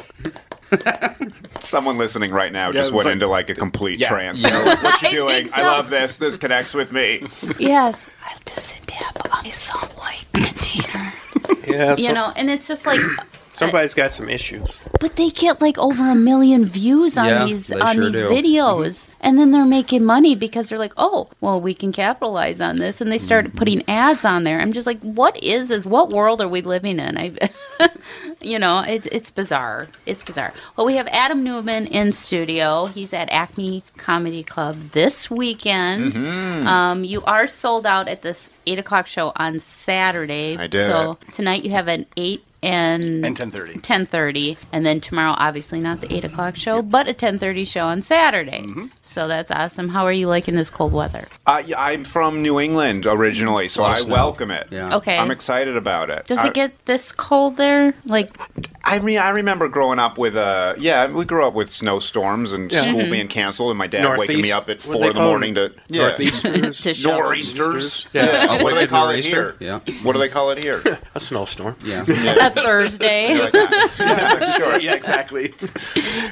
[SPEAKER 15] Someone listening right now
[SPEAKER 6] Yeah,
[SPEAKER 15] just
[SPEAKER 6] it's
[SPEAKER 15] went
[SPEAKER 6] like-
[SPEAKER 15] into like a complete
[SPEAKER 6] Yeah.
[SPEAKER 15] trance.
[SPEAKER 6] Yeah.
[SPEAKER 15] Like, what you
[SPEAKER 6] I
[SPEAKER 15] doing?
[SPEAKER 6] think
[SPEAKER 15] I
[SPEAKER 6] so.
[SPEAKER 15] love this. This connects with me.
[SPEAKER 6] yes. I like to sit tap on a salt white container.
[SPEAKER 12] Yeah,
[SPEAKER 6] you
[SPEAKER 12] some-
[SPEAKER 6] know, and it's just like.
[SPEAKER 12] somebody's got some issues.
[SPEAKER 6] But they get like over a million views on
[SPEAKER 12] Yeah,
[SPEAKER 6] these
[SPEAKER 12] they
[SPEAKER 6] on
[SPEAKER 12] sure
[SPEAKER 6] these
[SPEAKER 12] do. Mm-hmm.
[SPEAKER 6] videos, and then they're making money because they're like, oh, well, we can capitalize on this, and they
[SPEAKER 12] Mm-hmm.
[SPEAKER 6] start putting ads on there. I'm just like, what is this? What world are we living in? I, you know, it's it's bizarre. It's bizarre. Well, we have Adam Newman in studio. He's at Acme Comedy Club this weekend.
[SPEAKER 12] Mm-hmm.
[SPEAKER 10] Mhm.
[SPEAKER 6] Um, you are sold out at this eight o'clock show on Saturday.
[SPEAKER 10] I did
[SPEAKER 6] So tonight you have an eight and
[SPEAKER 10] And 10:30.
[SPEAKER 6] 10:30, and then tomorrow obviously not the 8 o'clock show but a 10.30 show on saturday so that's awesome how are you liking this cold weather
[SPEAKER 15] Uh, yeah, I'm from New England originally, so
[SPEAKER 6] Lot of
[SPEAKER 15] I
[SPEAKER 6] snow.
[SPEAKER 15] welcome it.
[SPEAKER 6] Okay.
[SPEAKER 15] I'm excited about it.
[SPEAKER 6] does
[SPEAKER 15] I,
[SPEAKER 6] it get this cold there like
[SPEAKER 15] I mean, I remember growing up with uh, yeah, we grew up with snowstorms and
[SPEAKER 6] Yeah.
[SPEAKER 15] school
[SPEAKER 6] Mhm.
[SPEAKER 15] being canceled, and my dad
[SPEAKER 12] Northeast-
[SPEAKER 15] waking me up at
[SPEAKER 12] what do
[SPEAKER 15] four
[SPEAKER 12] they
[SPEAKER 15] in the
[SPEAKER 12] call
[SPEAKER 15] morning to
[SPEAKER 12] them?
[SPEAKER 15] yeah.
[SPEAKER 12] Northeasters? To shovel.
[SPEAKER 15] nor'easters.
[SPEAKER 12] Yeah.
[SPEAKER 15] Yeah.
[SPEAKER 12] A
[SPEAKER 15] What do they
[SPEAKER 12] wicked
[SPEAKER 15] call it
[SPEAKER 12] nor'easter?
[SPEAKER 15] here?
[SPEAKER 12] Yeah.
[SPEAKER 15] What do they call it here?
[SPEAKER 12] A snowstorm.
[SPEAKER 3] Yeah.
[SPEAKER 6] a thursday
[SPEAKER 2] "Ah."
[SPEAKER 15] sure.
[SPEAKER 10] Yeah, exactly.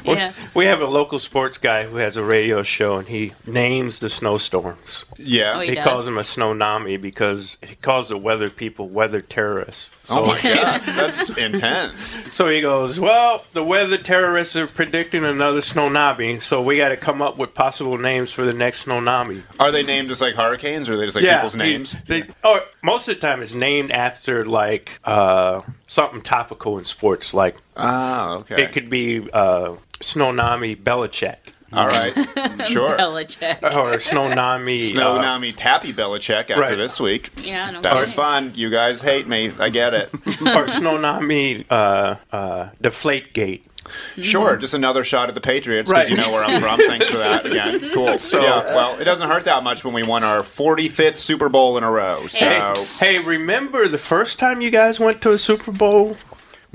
[SPEAKER 6] yeah
[SPEAKER 12] We have a local sports guy who has a radio show, and he names the snowstorms.
[SPEAKER 15] Yeah.
[SPEAKER 6] Oh, he
[SPEAKER 12] he,
[SPEAKER 6] does.
[SPEAKER 12] calls them a snownami because he calls the weather people weather terrorists.
[SPEAKER 15] Oh my god, that's intense.
[SPEAKER 12] So he goes, well, the weather terrorists are predicting another snownabi, so we got to come up with possible names for the next snownabi.
[SPEAKER 15] Are they named just like hurricanes, or are they just like people's
[SPEAKER 12] he-
[SPEAKER 15] names?
[SPEAKER 12] They, oh, most of the time it's named after like uh, something topical in sports. Like,
[SPEAKER 15] oh, okay.
[SPEAKER 12] It could be uh, Snownami Belichick.
[SPEAKER 15] All right, sure.
[SPEAKER 6] Belichick.
[SPEAKER 10] Uh-huh.
[SPEAKER 12] Or Snownami.
[SPEAKER 15] Snow
[SPEAKER 12] uh,
[SPEAKER 15] Nami Tappy Belichick after
[SPEAKER 12] Right.
[SPEAKER 15] this week.
[SPEAKER 6] Yeah, no
[SPEAKER 15] that was
[SPEAKER 6] kidding.
[SPEAKER 15] fun. You guys hate me. I get it.
[SPEAKER 12] or Snownami uh, uh, Deflate Gate.
[SPEAKER 15] Sure, just another shot at the Patriots because
[SPEAKER 12] Right.
[SPEAKER 15] you know where I'm from. Thanks for that again. Cool.
[SPEAKER 12] So-
[SPEAKER 15] yeah, well, it doesn't hurt that much when we won our 45th Super Bowl in a row. So
[SPEAKER 12] Hey, remember the first time you guys went to a Super Bowl?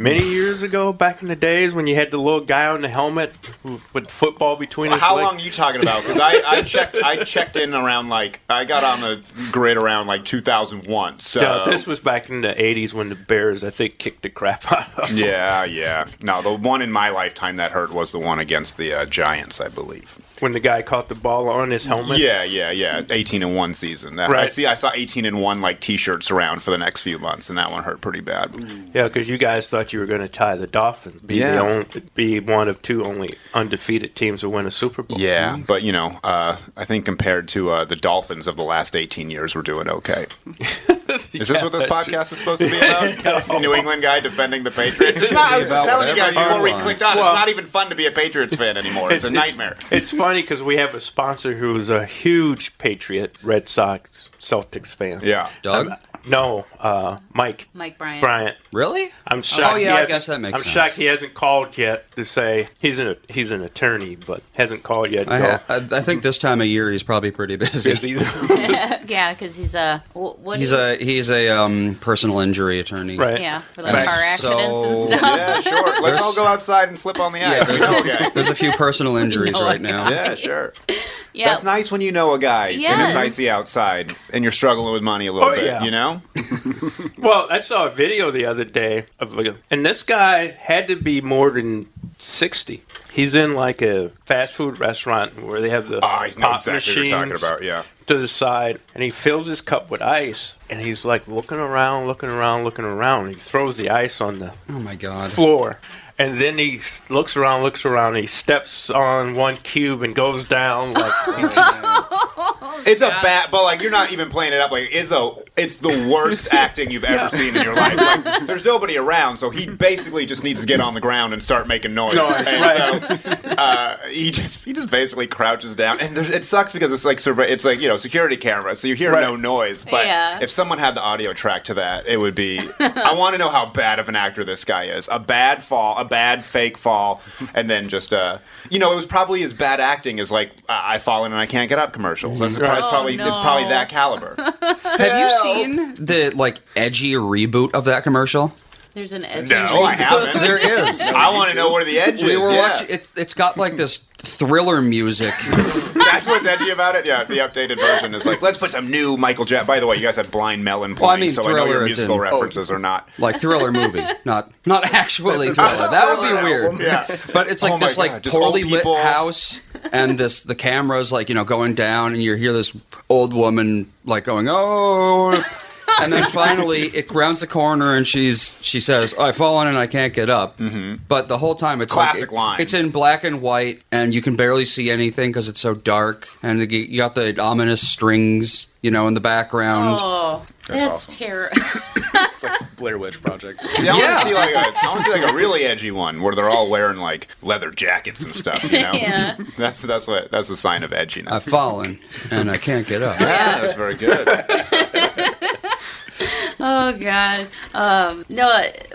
[SPEAKER 12] Many years ago, back in the days when you had the little guy on the helmet who- with the football between his
[SPEAKER 15] how
[SPEAKER 12] legs.
[SPEAKER 15] long are you talking about? Because I, I checked. I checked in around like I got on the grid around like 2001. So
[SPEAKER 12] No, this was back in the 80s when the Bears, I think, kicked the crap out of
[SPEAKER 15] yeah, yeah. No, the one in my lifetime that hurt was the one against the uh, Giants, I believe.
[SPEAKER 12] When the guy caught the ball on his helmet.
[SPEAKER 15] Yeah, yeah, yeah. 18 and one season. That, I
[SPEAKER 12] Right.
[SPEAKER 15] see. I saw 18 and one like T-shirts around for the next few months, and that one hurt pretty bad.
[SPEAKER 12] Yeah, because you guys thought you were going to tie the Dolphins, be
[SPEAKER 15] Yeah.
[SPEAKER 12] the only, be one of two only undefeated teams to win a Super Bowl.
[SPEAKER 15] Yeah, but you know, uh, I think compared to uh, the Dolphins of the last 18 years, we're doing okay. Is this what this
[SPEAKER 12] that's
[SPEAKER 15] podcast
[SPEAKER 12] true.
[SPEAKER 15] is supposed to be about? New England guy defending the Patriots. It's not, I was
[SPEAKER 12] About
[SPEAKER 15] just telling you guys
[SPEAKER 12] whatever
[SPEAKER 15] before we
[SPEAKER 12] you want.
[SPEAKER 15] clicked on.
[SPEAKER 12] Well-
[SPEAKER 15] it's not even fun to be a Patriots fan anymore. It's, a nightmare.
[SPEAKER 12] It's, funny because we have a sponsor who's a huge Patriot, Red Sox, Celtics fan.
[SPEAKER 15] Yeah.
[SPEAKER 3] Doug?
[SPEAKER 12] I'm- no, uh, Mike.
[SPEAKER 6] Mike Bryant.
[SPEAKER 12] Bryant.
[SPEAKER 3] Really?
[SPEAKER 12] I'm shocked.
[SPEAKER 3] Oh,
[SPEAKER 12] he
[SPEAKER 3] yeah, I
[SPEAKER 12] hasn't-
[SPEAKER 3] guess that makes
[SPEAKER 12] I'm
[SPEAKER 3] sense.
[SPEAKER 12] shocked he hasn't called yet to say he's an he's an attorney, but hasn't called yet. to
[SPEAKER 3] I,
[SPEAKER 12] go,
[SPEAKER 3] ha- I, I think this time of year he's probably pretty busy.
[SPEAKER 6] yeah because he's a wh- what
[SPEAKER 3] He's
[SPEAKER 6] do you-
[SPEAKER 3] a he's a um, personal injury attorney.
[SPEAKER 12] Right.
[SPEAKER 6] yeah for
[SPEAKER 3] And
[SPEAKER 6] like car accidents
[SPEAKER 3] so-
[SPEAKER 6] and stuff
[SPEAKER 15] Yeah, sure. Let's all go outside and slip on the
[SPEAKER 3] Yeah,
[SPEAKER 15] ice. We know a
[SPEAKER 3] there's,
[SPEAKER 15] guy.
[SPEAKER 3] there's a few personal injuries
[SPEAKER 15] know a
[SPEAKER 3] right now.
[SPEAKER 15] guy. Yeah, sure.
[SPEAKER 6] Oh, Yeah.
[SPEAKER 15] That's nice when you know a guy and
[SPEAKER 6] Yes.
[SPEAKER 15] it's icy outside and you're struggling with money a little
[SPEAKER 12] Oh,
[SPEAKER 15] bit,
[SPEAKER 12] yeah.
[SPEAKER 15] you know?
[SPEAKER 12] Well, I saw a video the other day of, like, and this guy had to be more than sixty. He's in like a fast food restaurant where they have the
[SPEAKER 15] Ah, I know
[SPEAKER 12] pop
[SPEAKER 15] exactly what
[SPEAKER 12] machines,
[SPEAKER 15] you're talking about, yeah.
[SPEAKER 12] to the side and he fills his cup with ice and he's like looking around, looking around, looking around. he throws the ice on the
[SPEAKER 3] Oh my god.
[SPEAKER 12] floor. And then he s- looks around, looks around, he steps on one cube and goes down like
[SPEAKER 15] It's a bad, but like you're not even playing it up. Like it's a, it's the worst acting you've ever
[SPEAKER 12] Yeah.
[SPEAKER 15] seen in your life. Like, there's nobody around, so he basically just needs to get on the ground and start making noise.
[SPEAKER 12] Noise,
[SPEAKER 15] And
[SPEAKER 12] right.
[SPEAKER 15] so, uh, he just he just basically crouches down, and there's, it sucks because it's like surve- it's like you know security camera, so you hear no noise. But
[SPEAKER 6] Yeah.
[SPEAKER 15] if someone had the audio track to that, it would be. I want to know how bad of an actor this guy is. A bad fall, a bad fake fall, and then just uh, you know, it was probably as bad acting as like I I fall in and I can't get up commercials. That's
[SPEAKER 3] Right.
[SPEAKER 15] probably, it's probably it's probably that caliber.
[SPEAKER 3] Have you seen the like edgy reboot of that commercial?
[SPEAKER 6] There's an edge.
[SPEAKER 15] No, Oh, I haven't.
[SPEAKER 3] There is.
[SPEAKER 15] I want to know where the edge
[SPEAKER 3] we
[SPEAKER 15] is.
[SPEAKER 3] were
[SPEAKER 15] yeah.
[SPEAKER 3] watching. It's it's got like this thriller music.
[SPEAKER 15] That's what's edgy about it. Yeah, the updated version is like, let's put some new Michael Jackson. By the way, you guys had Blind Melon playing,
[SPEAKER 3] Well, I mean,
[SPEAKER 15] so I know
[SPEAKER 3] Thriller
[SPEAKER 15] your
[SPEAKER 3] is
[SPEAKER 15] musical
[SPEAKER 3] in-
[SPEAKER 15] references are not.
[SPEAKER 3] like thriller movie, not not actually thriller. That would be weird. But it's like
[SPEAKER 15] Oh my
[SPEAKER 3] this like
[SPEAKER 15] God, just
[SPEAKER 3] poorly
[SPEAKER 15] old
[SPEAKER 3] lit
[SPEAKER 15] people.
[SPEAKER 3] house, and this the camera's like you know going down, and you hear this old woman like going oh, and then finally it rounds the corner, and she's she says I've fallen and I can't get up. Mm-hmm. But the whole time it's like,
[SPEAKER 15] Classic
[SPEAKER 3] it-
[SPEAKER 15] line.
[SPEAKER 3] It's in black and white, and you can barely see anything because it's so dark, and you- you got the ominous strings you know in the background.
[SPEAKER 6] Oh,
[SPEAKER 3] That's
[SPEAKER 6] that's,
[SPEAKER 3] awesome.
[SPEAKER 6] terror.
[SPEAKER 15] It's like Blair Witch Project. See, I want to see like a, I want to see like a really edgy one where they're all wearing like leather jackets and stuff. You know,
[SPEAKER 6] Yeah.
[SPEAKER 15] that's that's what that's the sign of edginess.
[SPEAKER 3] I've fallen and I can't get up.
[SPEAKER 15] Yeah, that's very good.
[SPEAKER 6] oh god. Um, no,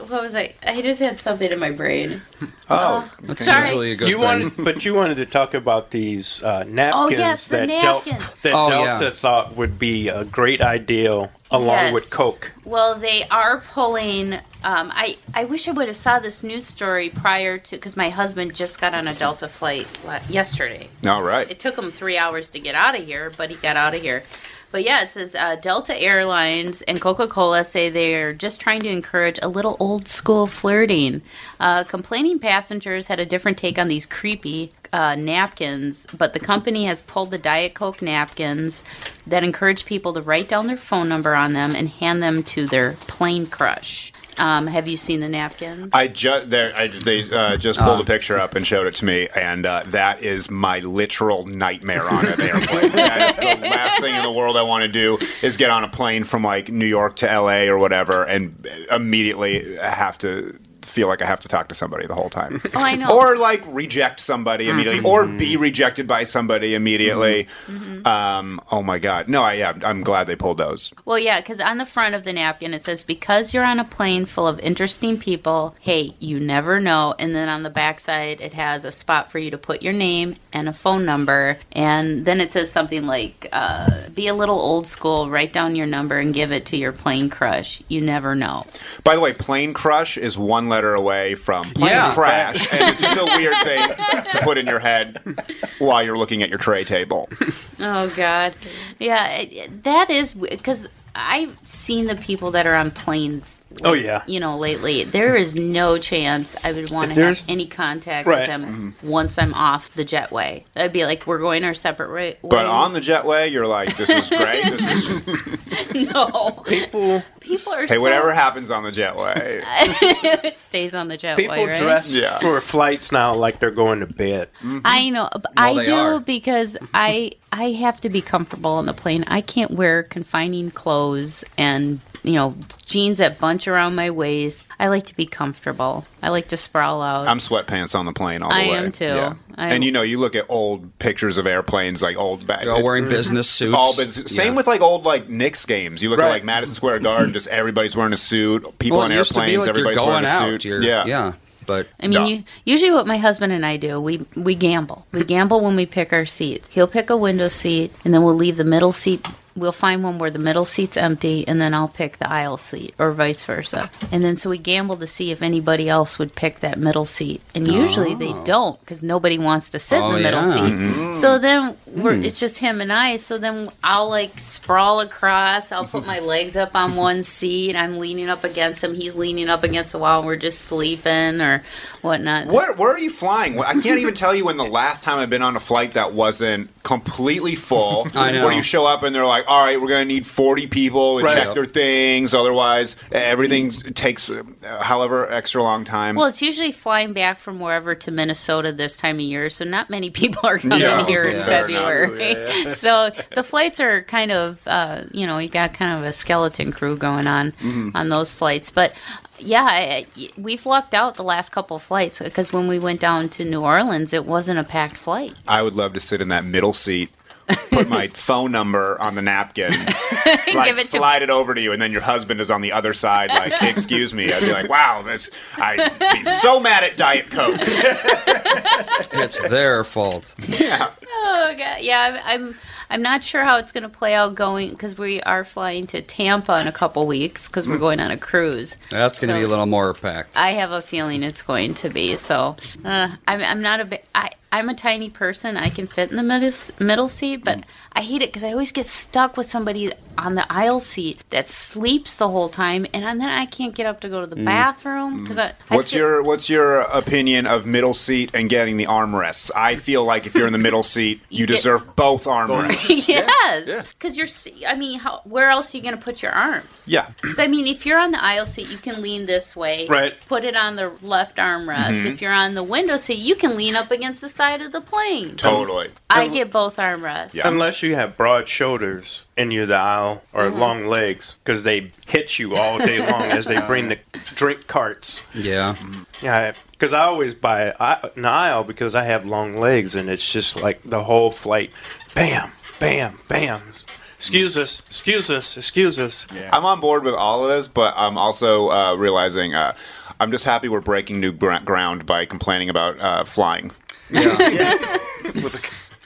[SPEAKER 6] what was I? I just had something in my brain.
[SPEAKER 12] Oh,
[SPEAKER 6] That's sorry. usually a good
[SPEAKER 12] you
[SPEAKER 6] thing.
[SPEAKER 12] wanted, but you wanted to talk about these uh, napkins
[SPEAKER 6] Oh, yes, the
[SPEAKER 12] that
[SPEAKER 6] napkin.
[SPEAKER 12] Del- that
[SPEAKER 6] Oh,
[SPEAKER 12] Delta
[SPEAKER 6] yeah.
[SPEAKER 12] thought would be a great ideal along
[SPEAKER 6] Yes.
[SPEAKER 12] with Coke.
[SPEAKER 6] Well, they are pulling. Um, I I wish I would have saw this news story prior to because my husband just got on a Delta flight la- yesterday.
[SPEAKER 15] All right.
[SPEAKER 6] It took him three hours to get out of here, but he got out of here. But yeah, it says uh, Delta Airlines and Coca Cola say they're just trying to encourage a little old school flirting. Uh, complaining passengers had a different take on these creepy uh, napkins, but the company has pulled the Diet Coke napkins that encourage people to write down their phone number on them and hand them to their plane crush. Um, have you seen the napkins?
[SPEAKER 15] I just there. I, they uh, just pulled a picture up and showed it to me, and uh, that is my literal nightmare on an airplane. that is the last thing in the world I want to do is get on a plane from like New York to L.A. or whatever, and immediately have to feel like I have to talk to somebody the whole time.
[SPEAKER 6] Oh, I know.
[SPEAKER 15] Or like reject somebody immediately, or be rejected by somebody immediately.
[SPEAKER 6] Mm-hmm.
[SPEAKER 15] Um, oh my god! No, I yeah, I'm glad they pulled those.
[SPEAKER 6] Well, yeah, because on the front of the napkin it says, "Because you're on a plane full of interesting people, hey, you never know." And then on the backside, it has a spot for you to put your name and a phone number, and then it says something like, uh, "Be a little old school. Write down your number and give it to your plane crush. You never know."
[SPEAKER 15] By the way, plane crush is one letter away from plane
[SPEAKER 6] Yeah.
[SPEAKER 15] crash, and it's just a weird thing to put in your head while you're looking at your tray table.
[SPEAKER 6] Oh God, yeah, it- it- that is because I've seen the people that are on planes.
[SPEAKER 12] Oh, yeah.
[SPEAKER 6] you know lately there is no chance I would want to
[SPEAKER 12] There's-
[SPEAKER 6] have any contact
[SPEAKER 15] Right.
[SPEAKER 6] with them once I'm off the jetway. That'd be like we're going our separate ra- ways.
[SPEAKER 15] But on the jetway, you're like, "This is great. This is
[SPEAKER 6] no
[SPEAKER 12] people,
[SPEAKER 6] people are
[SPEAKER 15] hey,
[SPEAKER 6] so-
[SPEAKER 15] whatever happens on the jetway."
[SPEAKER 6] it stays on the jetway.
[SPEAKER 12] People
[SPEAKER 6] right?
[SPEAKER 12] dress for flights now like they're going to bed.
[SPEAKER 6] I know, but
[SPEAKER 12] Mm-hmm. Well,
[SPEAKER 6] I
[SPEAKER 12] they
[SPEAKER 6] do
[SPEAKER 12] are.
[SPEAKER 6] because I I have to be comfortable on the plane. I can't wear confining clothes and you know jeans that bunch around my waist. I like to be comfortable. I like to sprawl out.
[SPEAKER 15] I'm sweatpants on the plane all the
[SPEAKER 6] I
[SPEAKER 15] way.
[SPEAKER 6] am too. I-
[SPEAKER 15] and you know, you look at old pictures of airplanes, like old back.
[SPEAKER 3] They're all wearing business suits.
[SPEAKER 15] All business. Same
[SPEAKER 3] Yeah.
[SPEAKER 15] with like old like Knicks games. You look at
[SPEAKER 3] Right.
[SPEAKER 15] like Madison Square Garden, just everybody's wearing a suit. People
[SPEAKER 3] Well,
[SPEAKER 15] on
[SPEAKER 3] it used to be
[SPEAKER 15] airplanes,
[SPEAKER 3] like you're
[SPEAKER 15] everybody's wearing
[SPEAKER 3] going
[SPEAKER 15] a
[SPEAKER 3] out,
[SPEAKER 15] suit.
[SPEAKER 3] you're-
[SPEAKER 15] yeah,
[SPEAKER 3] yeah. But
[SPEAKER 6] I mean, you, usually what my husband and I do, we we gamble. We gamble when we pick our seats. He'll pick a window seat, and then we'll leave the middle seat we'll find one where the middle seat's empty, and then I'll pick the aisle seat, or vice versa. And then so we gamble to see if anybody else would pick that middle seat, and usually they
[SPEAKER 12] Oh.
[SPEAKER 6] don't because nobody wants to sit in
[SPEAKER 10] Oh,
[SPEAKER 6] the middle
[SPEAKER 10] yeah.
[SPEAKER 6] seat.
[SPEAKER 10] Mhm.
[SPEAKER 6] So then we're,
[SPEAKER 10] Mm.
[SPEAKER 6] it's just him and I. So then I'll like sprawl across. I'll put my legs up on one seat. I'm leaning up against him. He's leaning up against the wall. And we're just sleeping or whatnot.
[SPEAKER 15] Where, where are you flying? I can't even tell you when the last time I've been on a flight that wasn't completely full.
[SPEAKER 3] I know.
[SPEAKER 15] Where you show up and they're like, all right, we're going to need 40 people to
[SPEAKER 3] Right.
[SPEAKER 15] check their things. Otherwise, everything takes uh, however extra long time.
[SPEAKER 6] Well, it's usually flying back from wherever to Minnesota this time of year, so not many people are coming
[SPEAKER 15] Yeah.
[SPEAKER 6] here
[SPEAKER 15] Yeah. Fair
[SPEAKER 6] in
[SPEAKER 15] enough.
[SPEAKER 6] February.
[SPEAKER 15] Yeah.
[SPEAKER 6] so the flights are kind of, uh, you know, you got kind of a skeleton crew going on
[SPEAKER 15] Mm-hmm.
[SPEAKER 10] Mhm.
[SPEAKER 6] on those flights. But yeah, I, I- we've lucked out the last couple of flights because when we went down to New Orleans, it wasn't a packed flight.
[SPEAKER 15] I would love to sit in that middle seat, put my phone number on the napkin, like
[SPEAKER 6] Give it to-
[SPEAKER 15] slide it over to you, and then your husband is on the other side, like, excuse me. I'd be like, wow, this, I'd be so mad at Diet Coke.
[SPEAKER 3] it's their fault.
[SPEAKER 6] Oh god, yeah, I'm, I'm I'm not sure how it's going to play out going because we are flying to Tampa in a couple weeks because
[SPEAKER 15] Mm-hmm.
[SPEAKER 6] we're going on a cruise.
[SPEAKER 3] That's going to
[SPEAKER 6] So-
[SPEAKER 3] be a little more packed.
[SPEAKER 6] I have a feeling it's going to be. So uh, I'm, I'm not a big. I, I'm a tiny person. I can fit in the middle, s- middle seat,
[SPEAKER 15] Mm.
[SPEAKER 6] but I hate it because I always get stuck with somebody on the aisle seat that sleeps the whole time, and then I can't get up to go to the
[SPEAKER 15] Mm.
[SPEAKER 6] bathroom because I, I
[SPEAKER 15] What's
[SPEAKER 6] feel-
[SPEAKER 15] your what's your opinion of middle seat and getting the armrests? I feel like if you're in the middle seat, you,
[SPEAKER 6] get-
[SPEAKER 15] deserve both armrests.
[SPEAKER 6] yes because you're. s- I mean, how, where else are you going to put your arms?
[SPEAKER 15] Yeah.
[SPEAKER 6] Because I mean, if you're on the aisle seat, you can lean this way.
[SPEAKER 15] Right.
[SPEAKER 6] Put it on the left armrest.
[SPEAKER 15] Mhm.
[SPEAKER 6] If you're on the window seat, you can lean up against the side of the plane.
[SPEAKER 12] Totally.
[SPEAKER 6] I get both armrests.
[SPEAKER 12] Unless you have broad shoulders and you're the aisle or
[SPEAKER 6] Mhm.
[SPEAKER 12] long legs because they hit you all day long as they bring the drink carts.
[SPEAKER 3] Yeah.
[SPEAKER 12] Yeah, because I always buy I- an aisle because I have long legs and it's just like the whole flight bam, bam, bam. Excuse us, excuse us, excuse us.
[SPEAKER 15] I'm on board with all of this, but I'm also uh, realizing uh, I'm just happy we're breaking new gr- ground by complaining about uh, flying.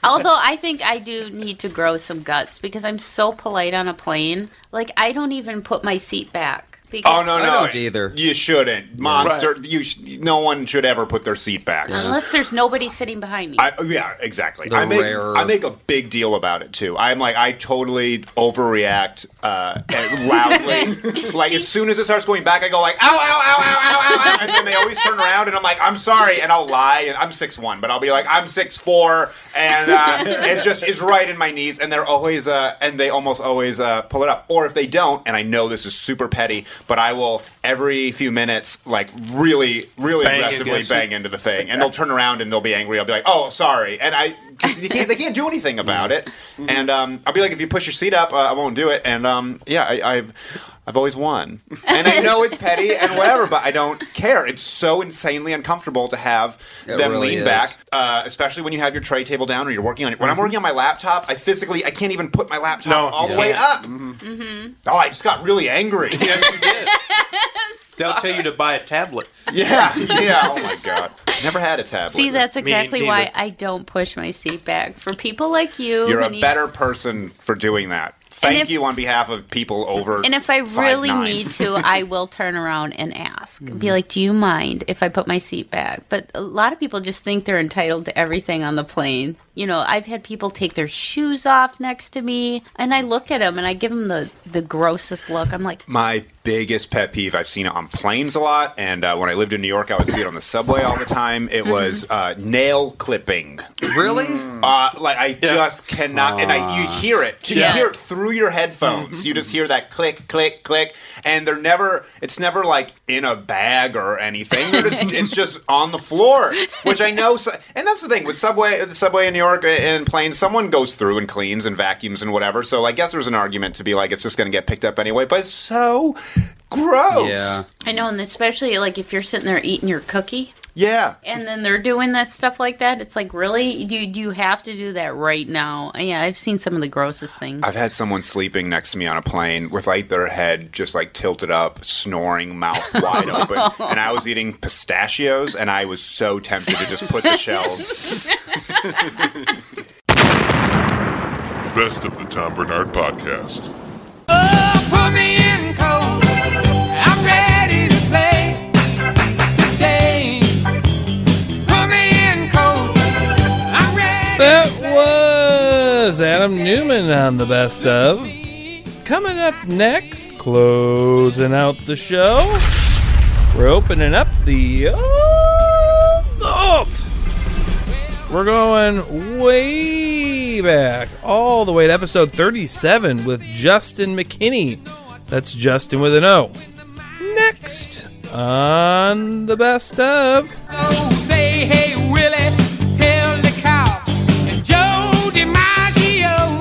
[SPEAKER 6] Although I think I do need to grow some guts because I'm so polite on a plane. Like I don't even put my seat back.
[SPEAKER 15] Oh
[SPEAKER 6] Because
[SPEAKER 15] no, no, either. You shouldn't, monster. You sh- no one should ever put their seat back.
[SPEAKER 6] Unless there's nobody sitting behind me.
[SPEAKER 15] I, oh, yeah, exactly.
[SPEAKER 6] They're
[SPEAKER 15] I make
[SPEAKER 6] rare.
[SPEAKER 15] I make a big deal about it too. I'm like I totally overreact uh, and loudly. like as soon as it starts going back, I go like ow ow ow ow ow ow, ow. and then they always turn around and I'm like I'm sorry, and I'll lie and I'm six one, but I'll be like I'm six four, and uh, it's just it's right in my knees, and they're always uh, and they almost always uh, pull it up. Or if they don't, and I know this is super petty, but I will every few minutes like really really
[SPEAKER 12] Bang
[SPEAKER 15] aggressively
[SPEAKER 12] against
[SPEAKER 15] bang
[SPEAKER 12] you.
[SPEAKER 15] into the thing, and they'll turn around and they'll be angry. I'll be like, "Oh, sorry," and I 'cause they can't, they can't do anything about it.
[SPEAKER 3] Mm-hmm.
[SPEAKER 15] And um, I'll be like, "If you push your seat up, uh, I won't do it." And um, yeah, I, I've I've always won, and I know it's petty and whatever, but I don't care. It's so insanely uncomfortable to have
[SPEAKER 3] It
[SPEAKER 15] them
[SPEAKER 3] really
[SPEAKER 15] lean
[SPEAKER 3] is.
[SPEAKER 15] back, uh, especially when you have your tray table down or you're working on it. When I'm working on my laptop, I physically I can't even put my laptop all the way
[SPEAKER 12] Yeah.
[SPEAKER 15] up.
[SPEAKER 6] Mm-hmm.
[SPEAKER 15] Oh, I just got really angry.
[SPEAKER 12] They'll tell you to buy a tablet.
[SPEAKER 15] Yeah, yeah. Oh my god, never had a tablet.
[SPEAKER 6] See, that's
[SPEAKER 15] Me
[SPEAKER 6] exactly
[SPEAKER 15] neither.
[SPEAKER 6] why I don't push my seat back. For people like you,
[SPEAKER 15] You're
[SPEAKER 6] who
[SPEAKER 15] a
[SPEAKER 6] need-
[SPEAKER 15] better person for doing that. Thank
[SPEAKER 6] if-
[SPEAKER 15] you on behalf of people over.
[SPEAKER 6] And if I really
[SPEAKER 15] 5'9".
[SPEAKER 6] need to, I will turn around and ask.
[SPEAKER 15] Mm-hmm.
[SPEAKER 6] Be like, do you mind if I put my seat back? But a lot of people just think they're entitled to everything on the plane. You know, I've had people take their shoes off next to me, and I look at them and I give them the, the grossest look. I'm like,
[SPEAKER 15] My biggest pet peeve, I've seen it on planes a lot, and uh, when I lived in New York, I would see it on the subway all the time.
[SPEAKER 6] Mm-hmm.
[SPEAKER 15] It was uh, nail clipping.
[SPEAKER 3] Really?
[SPEAKER 15] Uh, like I just cannot, and I,
[SPEAKER 12] Ah.
[SPEAKER 15] you hear it. too. You
[SPEAKER 3] Yes.
[SPEAKER 15] hear it through your headphones. You just hear that click, click, click, and they're never. It's never like in a bag or anything. They're just- it's just on the floor, which I know. so- And that's the thing with subway, the subway in New York and planes. Someone goes through and cleans and vacuums and whatever. So I guess there's an argument to be like, it's just going to get picked up anyway. But it's so gross. Yeah.
[SPEAKER 6] I know, and especially like if you're sitting there eating your cookie.
[SPEAKER 15] Yeah.
[SPEAKER 6] And then they're doing that stuff like that. It's like, really? Do do you have to do that right now? Yeah, I've seen some of the grossest things.
[SPEAKER 15] I've had someone sleeping next to me on a plane with like their head just like tilted up, snoring, mouth wide open. And I was eating pistachios and I was so tempted to just put the shells.
[SPEAKER 13] Best of the Tom Bernard Podcast.
[SPEAKER 10] Oh, Put me in cold. I'm ready to play today. Put me in cold. I'm ready.
[SPEAKER 9] That was Adam Newman on the best of. Coming up next, closing out the show, we're opening up the vault. We're going way back, all the way to episode 37 with Justin McKinney. That's Justin with an O. Next on the best of.
[SPEAKER 10] Oh, say hey, Willie, tell the cow. And Joe DiMaggio,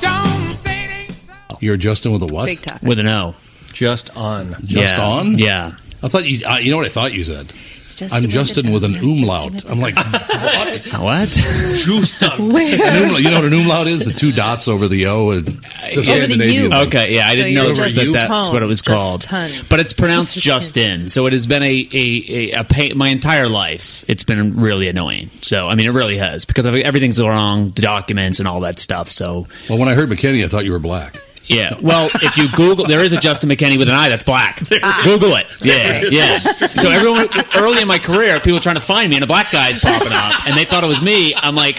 [SPEAKER 10] don't say they
[SPEAKER 16] You're Justin with a what?
[SPEAKER 10] Big Talk.
[SPEAKER 17] With an O.
[SPEAKER 16] Just on. Just
[SPEAKER 17] Yeah.
[SPEAKER 16] on?
[SPEAKER 17] Yeah.
[SPEAKER 16] I thought you, I, you know what I thought you said?
[SPEAKER 17] Justin
[SPEAKER 16] I'm
[SPEAKER 17] with
[SPEAKER 16] Justin with an umlaut. I'm like, what?
[SPEAKER 17] what?
[SPEAKER 16] Justin. An umlaut- you know what an umlaut is? The two dots over the O and it's a
[SPEAKER 17] Yeah.
[SPEAKER 16] Scandinavian thing.
[SPEAKER 17] Okay, yeah, I didn't
[SPEAKER 16] So
[SPEAKER 17] know
[SPEAKER 16] you're
[SPEAKER 17] that,
[SPEAKER 16] just
[SPEAKER 17] that that's
[SPEAKER 16] tone,
[SPEAKER 17] what it was
[SPEAKER 16] just
[SPEAKER 17] called.
[SPEAKER 16] tone.
[SPEAKER 17] But it's pronounced Justin, so it has been a, a, a, a pain my entire life. It's been really annoying. So I mean, it really has because of everything's wrong, the documents and all that stuff. So
[SPEAKER 16] well, when I heard McKinney, I thought you were black.
[SPEAKER 17] Yeah. Well, if you Google, there is a Justin McKinney with an eye that's black.
[SPEAKER 16] Ah.
[SPEAKER 17] Google it. Yeah,
[SPEAKER 16] There it
[SPEAKER 17] yeah.
[SPEAKER 16] is.
[SPEAKER 17] So everyone early in my career, people were trying to find me, and a black guy's popping up, and they thought it was me. I'm like,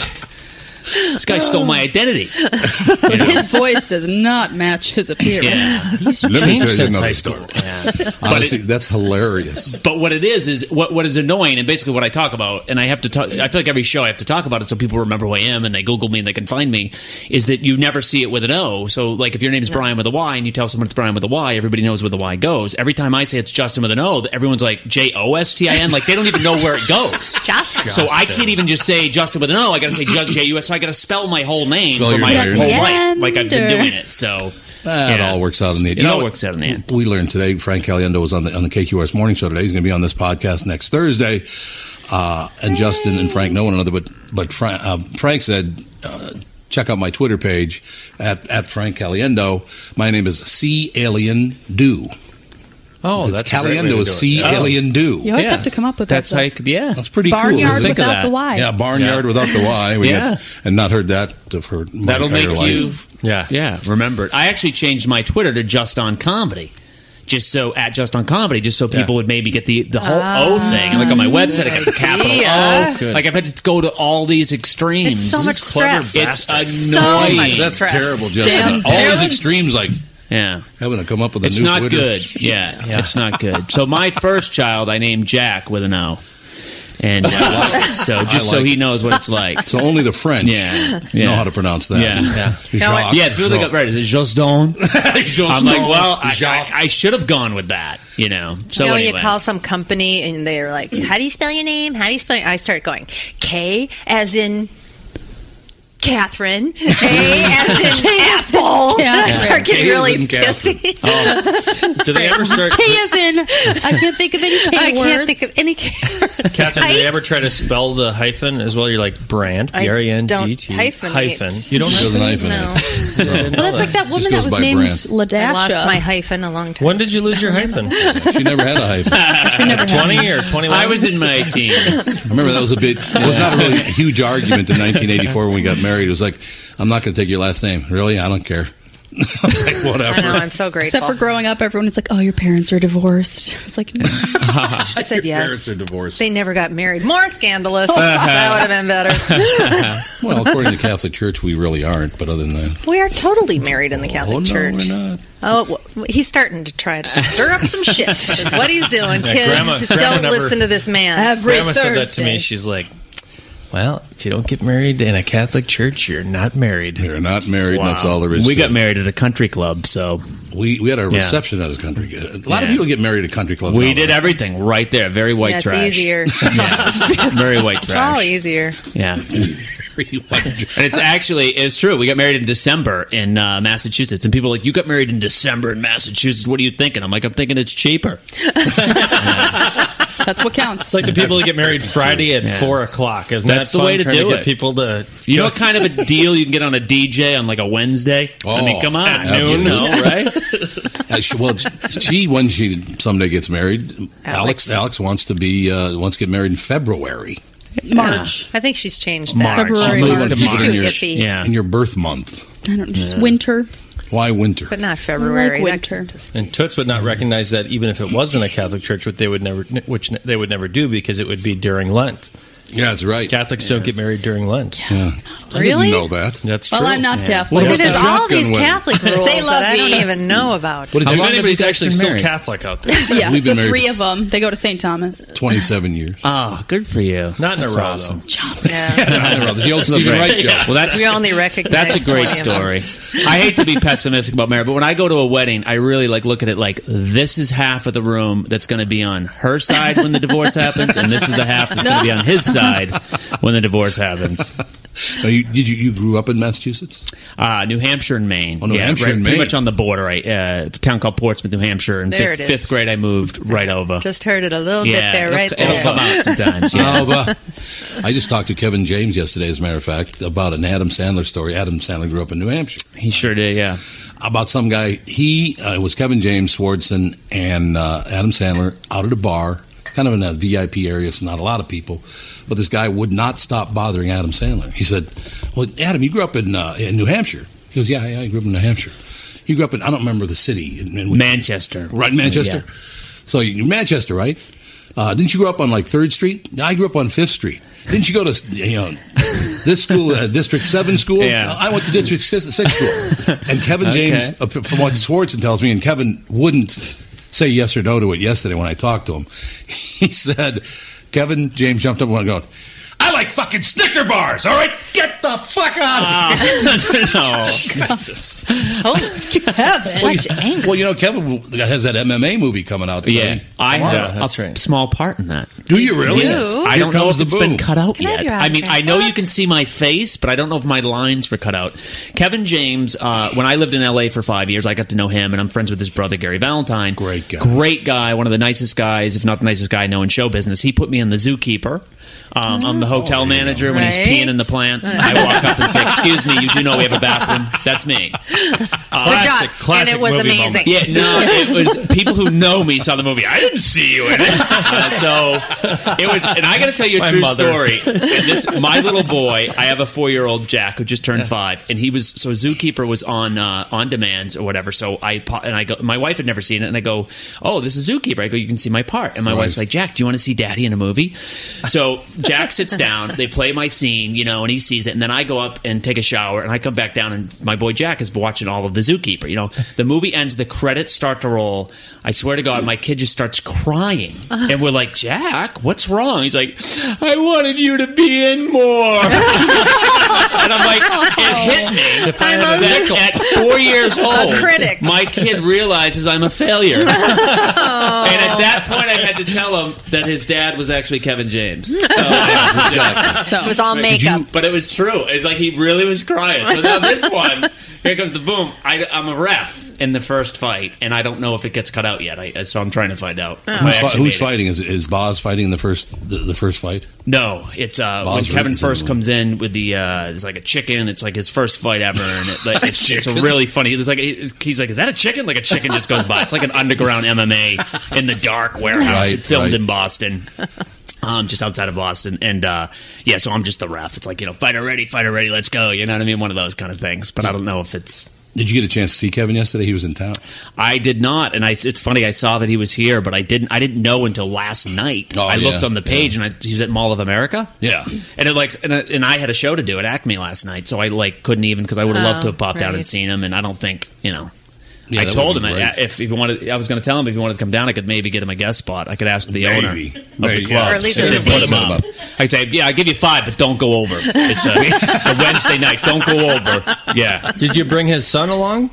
[SPEAKER 17] this guy stole my identity.
[SPEAKER 18] His voice does not match his appearance.
[SPEAKER 17] Yeah.
[SPEAKER 16] Let me
[SPEAKER 17] Changed
[SPEAKER 16] tell you
[SPEAKER 17] since
[SPEAKER 16] another
[SPEAKER 17] high
[SPEAKER 16] story.
[SPEAKER 17] But
[SPEAKER 16] Honestly, that's hilarious.
[SPEAKER 17] But what it is is what what is annoying, and basically what I talk about, and I have to talk. I feel like every show I have to talk about it so people remember who I am, and they Google me and they can find me. Is that you never see it with an O? So like if your name's Brian with a Y, and you tell someone it's Brian with a Y, everybody knows where the Y goes. Every time I say it's Justin with an O, everyone's like J O S T I N, like they don't even know where it goes.
[SPEAKER 18] Justin.
[SPEAKER 17] So I can't even just say Justin with an O. I got to say J U S. So I got to spell my whole name
[SPEAKER 16] Spell
[SPEAKER 17] for
[SPEAKER 16] your
[SPEAKER 17] my
[SPEAKER 16] entire
[SPEAKER 17] whole
[SPEAKER 16] name.
[SPEAKER 17] life, like I've been
[SPEAKER 16] Yonder.
[SPEAKER 17] doing it. So
[SPEAKER 16] That all works out in the end.
[SPEAKER 17] It all
[SPEAKER 16] works out in the end. We learned today. Frank Caliendo was on the on the KQRS morning show today. He's going to be on this podcast next Thursday. Uh, and Justin and Frank know one another, but but Frank, uh, Frank said, uh, check out my Twitter page at at Frank Caliendo. My name is C Alien Do.
[SPEAKER 9] Oh,
[SPEAKER 16] that's
[SPEAKER 9] that's a great way
[SPEAKER 16] Caliendo
[SPEAKER 9] to do
[SPEAKER 16] is
[SPEAKER 9] it.
[SPEAKER 16] C
[SPEAKER 9] Yeah.
[SPEAKER 16] Alien Do.
[SPEAKER 18] You always have to come up with that stuff.
[SPEAKER 17] yeah,
[SPEAKER 16] that's pretty cool.
[SPEAKER 18] Barnyard
[SPEAKER 16] isn't it?
[SPEAKER 18] without Think of the that. Y.
[SPEAKER 16] Yeah, barnyard
[SPEAKER 17] Yeah.
[SPEAKER 16] without the Y. We
[SPEAKER 17] Yeah.
[SPEAKER 16] had- and not heard that for my
[SPEAKER 17] That'll
[SPEAKER 16] entire
[SPEAKER 17] make
[SPEAKER 16] life.
[SPEAKER 17] you. Yeah. Yeah. Remember, it. I actually changed my Twitter to Just on Comedy. Just so at Just on Comedy, just so people would maybe get the the whole O
[SPEAKER 18] Ah,
[SPEAKER 17] thing. Like on my website, I got the capital
[SPEAKER 18] Yeah.
[SPEAKER 17] O. Like I've had to go to all these extremes.
[SPEAKER 18] It's so much Clever stress.
[SPEAKER 17] It's
[SPEAKER 18] bastard.
[SPEAKER 17] annoying.
[SPEAKER 18] So much
[SPEAKER 16] That's
[SPEAKER 18] stress.
[SPEAKER 16] terrible,
[SPEAKER 18] Damn
[SPEAKER 16] Justin. All
[SPEAKER 17] parents.
[SPEAKER 16] these extremes, like
[SPEAKER 17] yeah,
[SPEAKER 16] having to come up with a
[SPEAKER 17] it's
[SPEAKER 16] new.
[SPEAKER 17] not
[SPEAKER 16] Twitter.
[SPEAKER 17] good. Yeah, it's not good. So my first child, I named Jack with an O, and uh,
[SPEAKER 16] I like it.
[SPEAKER 17] so
[SPEAKER 16] I
[SPEAKER 17] just so
[SPEAKER 16] like
[SPEAKER 17] he
[SPEAKER 16] it.
[SPEAKER 17] knows what it's like.
[SPEAKER 16] So only the French
[SPEAKER 17] Yeah,
[SPEAKER 16] know
[SPEAKER 17] yeah.
[SPEAKER 16] how to pronounce that.
[SPEAKER 17] Yeah, yeah.
[SPEAKER 16] Jacques.
[SPEAKER 17] yeah. People think, right? Is it Josdon? I'm like, well, I,
[SPEAKER 16] Jacques.
[SPEAKER 17] I, I should have gone with that, you know. So
[SPEAKER 19] you know,
[SPEAKER 17] anyway,
[SPEAKER 19] you call some company and they're like, "How do you spell your name? How do you spell?" Your-? I start going K as in Catherine, A as in apple. I start getting
[SPEAKER 17] Yeah,
[SPEAKER 19] really
[SPEAKER 17] K as in
[SPEAKER 19] pissy.
[SPEAKER 17] Catherine. do they ever start?
[SPEAKER 20] Oh.
[SPEAKER 19] K as in I can't think of any.
[SPEAKER 18] K
[SPEAKER 19] I
[SPEAKER 18] words.
[SPEAKER 19] can't think of any. K-
[SPEAKER 20] Catherine, do you ever try to spell the hyphen as well? You're like brand,
[SPEAKER 19] I
[SPEAKER 20] B R E N D
[SPEAKER 19] don't
[SPEAKER 20] T.
[SPEAKER 19] hyphenate.
[SPEAKER 20] Hyphen. You don't
[SPEAKER 16] She doesn't
[SPEAKER 19] hyphenate.
[SPEAKER 20] No.
[SPEAKER 19] Well,
[SPEAKER 20] that's
[SPEAKER 19] like that
[SPEAKER 20] woman Just that goes was by named brand.
[SPEAKER 19] I
[SPEAKER 20] Ladasha.
[SPEAKER 19] lost my hyphen a long time.
[SPEAKER 20] When did you lose your hyphen?
[SPEAKER 16] She never had a hyphen.
[SPEAKER 20] Twenty or twenty-one?
[SPEAKER 17] I was in my teens.
[SPEAKER 16] I remember that was a bit. It was not a really huge argument in 1984 when we got married. It was like, I'm not going to take your last name. Really, I don't care. I was like, whatever.
[SPEAKER 19] I know. I'm so grateful.
[SPEAKER 18] Except for growing up, everyone is like, "Oh, your parents are divorced." It's like, no.
[SPEAKER 19] I
[SPEAKER 16] Your
[SPEAKER 19] said yes.
[SPEAKER 16] parents are divorced.
[SPEAKER 19] They never got married. More scandalous. that would have been better.
[SPEAKER 16] well, according to the Catholic Church, we really aren't. But other than that, Oh,
[SPEAKER 19] we are totally married in the Catholic
[SPEAKER 16] no,
[SPEAKER 19] Church.
[SPEAKER 16] we're not.
[SPEAKER 19] Oh, well, he's starting to try to stir up some shit. Is what he's doing.
[SPEAKER 20] Yeah,
[SPEAKER 19] Kids,
[SPEAKER 20] grandma-
[SPEAKER 19] don't
[SPEAKER 20] grandma never-
[SPEAKER 19] listen to this man.
[SPEAKER 20] Grandma said that to me. She's like, "Well, if you don't get married in a Catholic church, you're not married.
[SPEAKER 16] You're not married. and That's all there is.
[SPEAKER 20] We
[SPEAKER 16] to
[SPEAKER 20] got
[SPEAKER 16] it.
[SPEAKER 17] married at a country club, so
[SPEAKER 16] we we had a
[SPEAKER 17] Yeah.
[SPEAKER 16] reception at a country. A lot of
[SPEAKER 17] Yeah.
[SPEAKER 16] people get married at country clubs.
[SPEAKER 17] we
[SPEAKER 16] now,
[SPEAKER 17] did everything right there. Very white
[SPEAKER 19] yeah, it's
[SPEAKER 17] trash.
[SPEAKER 19] easier.
[SPEAKER 17] Very white
[SPEAKER 19] It's all
[SPEAKER 17] trash.
[SPEAKER 19] easier.
[SPEAKER 17] Yeah. and it's actually it's true. We got married in December in uh, Massachusetts, and people are like, "You got married in December in Massachusetts? What are you thinking?" I'm like, "I'm thinking it's cheaper."
[SPEAKER 18] That's what counts.
[SPEAKER 20] It's like the people that get married Friday at four o'clock. Isn't
[SPEAKER 17] That's
[SPEAKER 20] that
[SPEAKER 17] the
[SPEAKER 20] fun?
[SPEAKER 17] way to
[SPEAKER 20] Trying
[SPEAKER 17] do
[SPEAKER 20] get
[SPEAKER 17] it.
[SPEAKER 20] People to
[SPEAKER 17] You know what kind of a deal you can get on a DJ on like a Wednesday? I mean, come on,
[SPEAKER 16] At
[SPEAKER 17] you
[SPEAKER 16] noon,
[SPEAKER 17] know, right?
[SPEAKER 16] Oh, Uh, she, well, she when she someday gets married, Alex Alex, wants to be uh, wants to get married in February.
[SPEAKER 19] March. I think she's changed that.
[SPEAKER 16] She's
[SPEAKER 19] February,
[SPEAKER 16] moved
[SPEAKER 19] March.
[SPEAKER 16] to
[SPEAKER 19] It's
[SPEAKER 16] March.
[SPEAKER 19] too
[SPEAKER 16] in your,
[SPEAKER 19] iffy.
[SPEAKER 16] in your birth month.
[SPEAKER 18] I don't know, just
[SPEAKER 17] Yeah.
[SPEAKER 18] winter.
[SPEAKER 16] Why winter?
[SPEAKER 18] But not
[SPEAKER 19] February.
[SPEAKER 18] Like winter.
[SPEAKER 17] And Toots would not recognize that even if it wasn't a Catholic church, which they would never, which they would never do because it would be during Lent.
[SPEAKER 16] Yeah, that's right.
[SPEAKER 17] Catholics don't get married during Lent.
[SPEAKER 18] I didn't Really? know
[SPEAKER 16] that.
[SPEAKER 17] That's true.
[SPEAKER 18] Well, I'm not Yeah. Catholic. Well,
[SPEAKER 19] See,
[SPEAKER 18] what's
[SPEAKER 19] there's
[SPEAKER 18] the
[SPEAKER 19] all these
[SPEAKER 17] shotgun
[SPEAKER 19] Catholic
[SPEAKER 18] wedding?
[SPEAKER 19] rules
[SPEAKER 18] Say love
[SPEAKER 19] that I don't
[SPEAKER 18] me.
[SPEAKER 19] even know about.
[SPEAKER 16] What did
[SPEAKER 17] How
[SPEAKER 16] you-
[SPEAKER 17] long
[SPEAKER 16] If
[SPEAKER 17] have
[SPEAKER 16] anybody's
[SPEAKER 17] these actually
[SPEAKER 16] actually
[SPEAKER 17] still
[SPEAKER 16] married?
[SPEAKER 17] Catholic out there?
[SPEAKER 18] yeah,
[SPEAKER 16] We've been
[SPEAKER 18] the
[SPEAKER 16] married
[SPEAKER 18] three of them. They go to St. Thomas.
[SPEAKER 16] 27 years.
[SPEAKER 17] Ah, good for you. Not in
[SPEAKER 16] That's
[SPEAKER 17] a row.
[SPEAKER 16] awesome.
[SPEAKER 17] Yeah.
[SPEAKER 16] The old Stephen Wright joke.
[SPEAKER 17] Well, that's
[SPEAKER 19] we only recognize.
[SPEAKER 17] That's a great
[SPEAKER 19] 20 of them.
[SPEAKER 17] story. I hate to be pessimistic about marriage, but when I go to a wedding, I really like look at it like this is half of the room that's going to be on her side when the divorce happens, and this is the half that's going to be on his side when the divorce happens.
[SPEAKER 16] you, did you, you grew up in Massachusetts?
[SPEAKER 17] Uh, New Hampshire and Maine.
[SPEAKER 16] Oh, New Hampshire
[SPEAKER 17] right,
[SPEAKER 16] and
[SPEAKER 17] Pretty
[SPEAKER 16] Maine.
[SPEAKER 17] much on the border, right? Uh, a town called Portsmouth, New Hampshire. In
[SPEAKER 19] There
[SPEAKER 17] fifth,
[SPEAKER 19] it is.
[SPEAKER 17] fifth grade, I moved right over.
[SPEAKER 19] Just heard it a little
[SPEAKER 17] Yeah,
[SPEAKER 19] bit there,
[SPEAKER 17] it'll-
[SPEAKER 19] right
[SPEAKER 17] it'll
[SPEAKER 19] there.
[SPEAKER 17] come out sometimes, yeah.
[SPEAKER 16] Oh, but I just talked to Kevin James yesterday, as a matter of fact, about an Adam Sandler story. Adam Sandler grew up in New Hampshire.
[SPEAKER 17] He sure did, yeah.
[SPEAKER 16] About some guy. He uh, it was Kevin James, Swardson, and uh, Adam Sandler out at a bar, kind of in a VIP area, so not a lot of people. But this guy would not stop bothering Adam Sandler. He said, "Well, Adam, you grew up in uh, in New Hampshire." He goes, "Yeah, yeah, I grew up in New Hampshire." You grew up in I don't remember the city, in, in which-
[SPEAKER 17] Manchester,
[SPEAKER 16] right? Manchester.
[SPEAKER 17] Yeah.
[SPEAKER 16] So you Manchester, right? Uh, didn't you grow up on like Third Street? I grew up on Fifth Street. Didn't you go to you know this school, uh, District Seven school?
[SPEAKER 17] Yeah.
[SPEAKER 16] Uh, I went to District Six, six school. And Kevin
[SPEAKER 17] Okay.
[SPEAKER 16] James, uh, from what Swartzen tells me, and Kevin wouldn't say yes or no to it yesterday when I talked to him. He said, Kevin James jumped up and went, going, "I like fucking Snicker bars. All right, get the fuck out of here."
[SPEAKER 19] Oh, Kevin. Such anger.
[SPEAKER 16] Well, you know, Kevin has that MMA movie coming out.
[SPEAKER 17] Yeah, I
[SPEAKER 16] tomorrow.
[SPEAKER 17] have a small part in that.
[SPEAKER 16] Do you really?
[SPEAKER 17] Yes.
[SPEAKER 16] Here
[SPEAKER 17] I don't know
[SPEAKER 16] comes
[SPEAKER 17] if
[SPEAKER 16] the
[SPEAKER 17] it's
[SPEAKER 16] boo.
[SPEAKER 17] been cut out
[SPEAKER 16] Can I have
[SPEAKER 17] yet.
[SPEAKER 16] your
[SPEAKER 17] I, mean, I
[SPEAKER 16] autograph?
[SPEAKER 17] know you can see my face, but I don't know if my lines were cut out. Kevin James, uh, when I lived in L.A. for five years, I got to know him, and I'm friends with his brother Gary Valentine. Great guy, great guy, one of the nicest guys, if not the nicest guy I know in show business. He put me in the zookeeper. Um, I'm the hotel manager when he's
[SPEAKER 19] Right.
[SPEAKER 17] peeing in the plant. I walk up and say, "Excuse me, you do know we have a bathroom." That's me. Uh,
[SPEAKER 19] Classic, classic And it was movie amazing. moment.
[SPEAKER 17] Yeah, no, it was people who know me saw the movie. I didn't see you in it. Uh, so it was, and I got to tell you a My true mother. story. And this, my little boy, I have a four-year-old Jack who just turned five, and he was so Zookeeper was on uh, on demands or whatever. So I pa- and I go, my wife had never seen it, and I go, oh, this is Zookeeper. I go, you can see my part, and my
[SPEAKER 16] Right.
[SPEAKER 17] wife's like, Jack, do you want to see Daddy in a movie? So Jack sits down, they play my scene, you know, and he sees it, and then I go up and take a shower, and I come back down, and my boy Jack is watching all of the Zookeeper. You know, the movie ends, the credits start to roll. I swear to God, my kid just starts crying, and we're like, Jack, what's wrong? He's like, I wanted you to be in more. and I'm like, it hit me.
[SPEAKER 19] I'm a-
[SPEAKER 17] that at four years
[SPEAKER 19] A
[SPEAKER 17] old,
[SPEAKER 19] critic.
[SPEAKER 17] my kid realizes I'm a failure. and at that point, I had to tell him that his dad was actually Kevin James. So,
[SPEAKER 19] So- It was all
[SPEAKER 17] Did
[SPEAKER 19] makeup.
[SPEAKER 17] you- but it was true. It's like he really was crying. So now this one, here comes the boom. I, I'm a ref in the first fight, and I don't know if it gets cut out yet. I, so I'm trying to find out.
[SPEAKER 19] Oh.
[SPEAKER 18] Oh.
[SPEAKER 17] if I
[SPEAKER 16] Who's, fi-
[SPEAKER 17] actually made
[SPEAKER 16] who's
[SPEAKER 17] it.
[SPEAKER 16] fighting? Is is Boz fighting in the first the, the first fight?
[SPEAKER 17] No, it's uh, when
[SPEAKER 16] Bob's
[SPEAKER 17] Kevin
[SPEAKER 16] Roots in
[SPEAKER 17] first
[SPEAKER 16] the-
[SPEAKER 17] comes in with the uh, it's like a chicken. It's like his first fight ever, and it, like, it's, it's a really funny. It's like he's like, "Is that a chicken?" Like a chicken just goes by. It's like an underground MMA in the dark warehouse.
[SPEAKER 16] Right,
[SPEAKER 17] it filmed
[SPEAKER 16] right.
[SPEAKER 17] in Boston. Um, just outside of Boston, and uh, yeah, so I'm just the ref. It's like you know, fighter ready, fighter ready, let's go. You know what I mean? One of those kind of things. But I don't know if it's.
[SPEAKER 16] Did you get a chance to see Kevin yesterday? He was in town.
[SPEAKER 17] I did not, and I, it's funny. I saw that he was here, but I didn't. I didn't know until last night. I
[SPEAKER 16] Oh, yeah,
[SPEAKER 17] looked on the page, and I, he was at Mall of America.
[SPEAKER 16] Yeah.
[SPEAKER 17] And it like and I, and I had a show to do at Acme last night, so I like couldn't even because I would have loved to
[SPEAKER 19] Oh,
[SPEAKER 17] have popped out
[SPEAKER 19] right.
[SPEAKER 17] and seen him. And I don't think you know.
[SPEAKER 16] Yeah,
[SPEAKER 17] I
[SPEAKER 16] that
[SPEAKER 17] told him
[SPEAKER 16] would've been
[SPEAKER 17] I,
[SPEAKER 16] great.
[SPEAKER 17] if he wanted, I was going to tell him if he wanted to come down, I could maybe get him a guest spot. I could ask the owner
[SPEAKER 16] Maybe.
[SPEAKER 17] of
[SPEAKER 16] Maybe,
[SPEAKER 17] the
[SPEAKER 16] yeah.
[SPEAKER 17] club.
[SPEAKER 16] Or at least
[SPEAKER 17] if
[SPEAKER 16] a
[SPEAKER 17] they
[SPEAKER 16] seat.
[SPEAKER 17] put him up. I'd say, yeah, I give you five, but don't go over. It's a, it's a Wednesday night. Don't go over. Yeah. Did you bring his son along?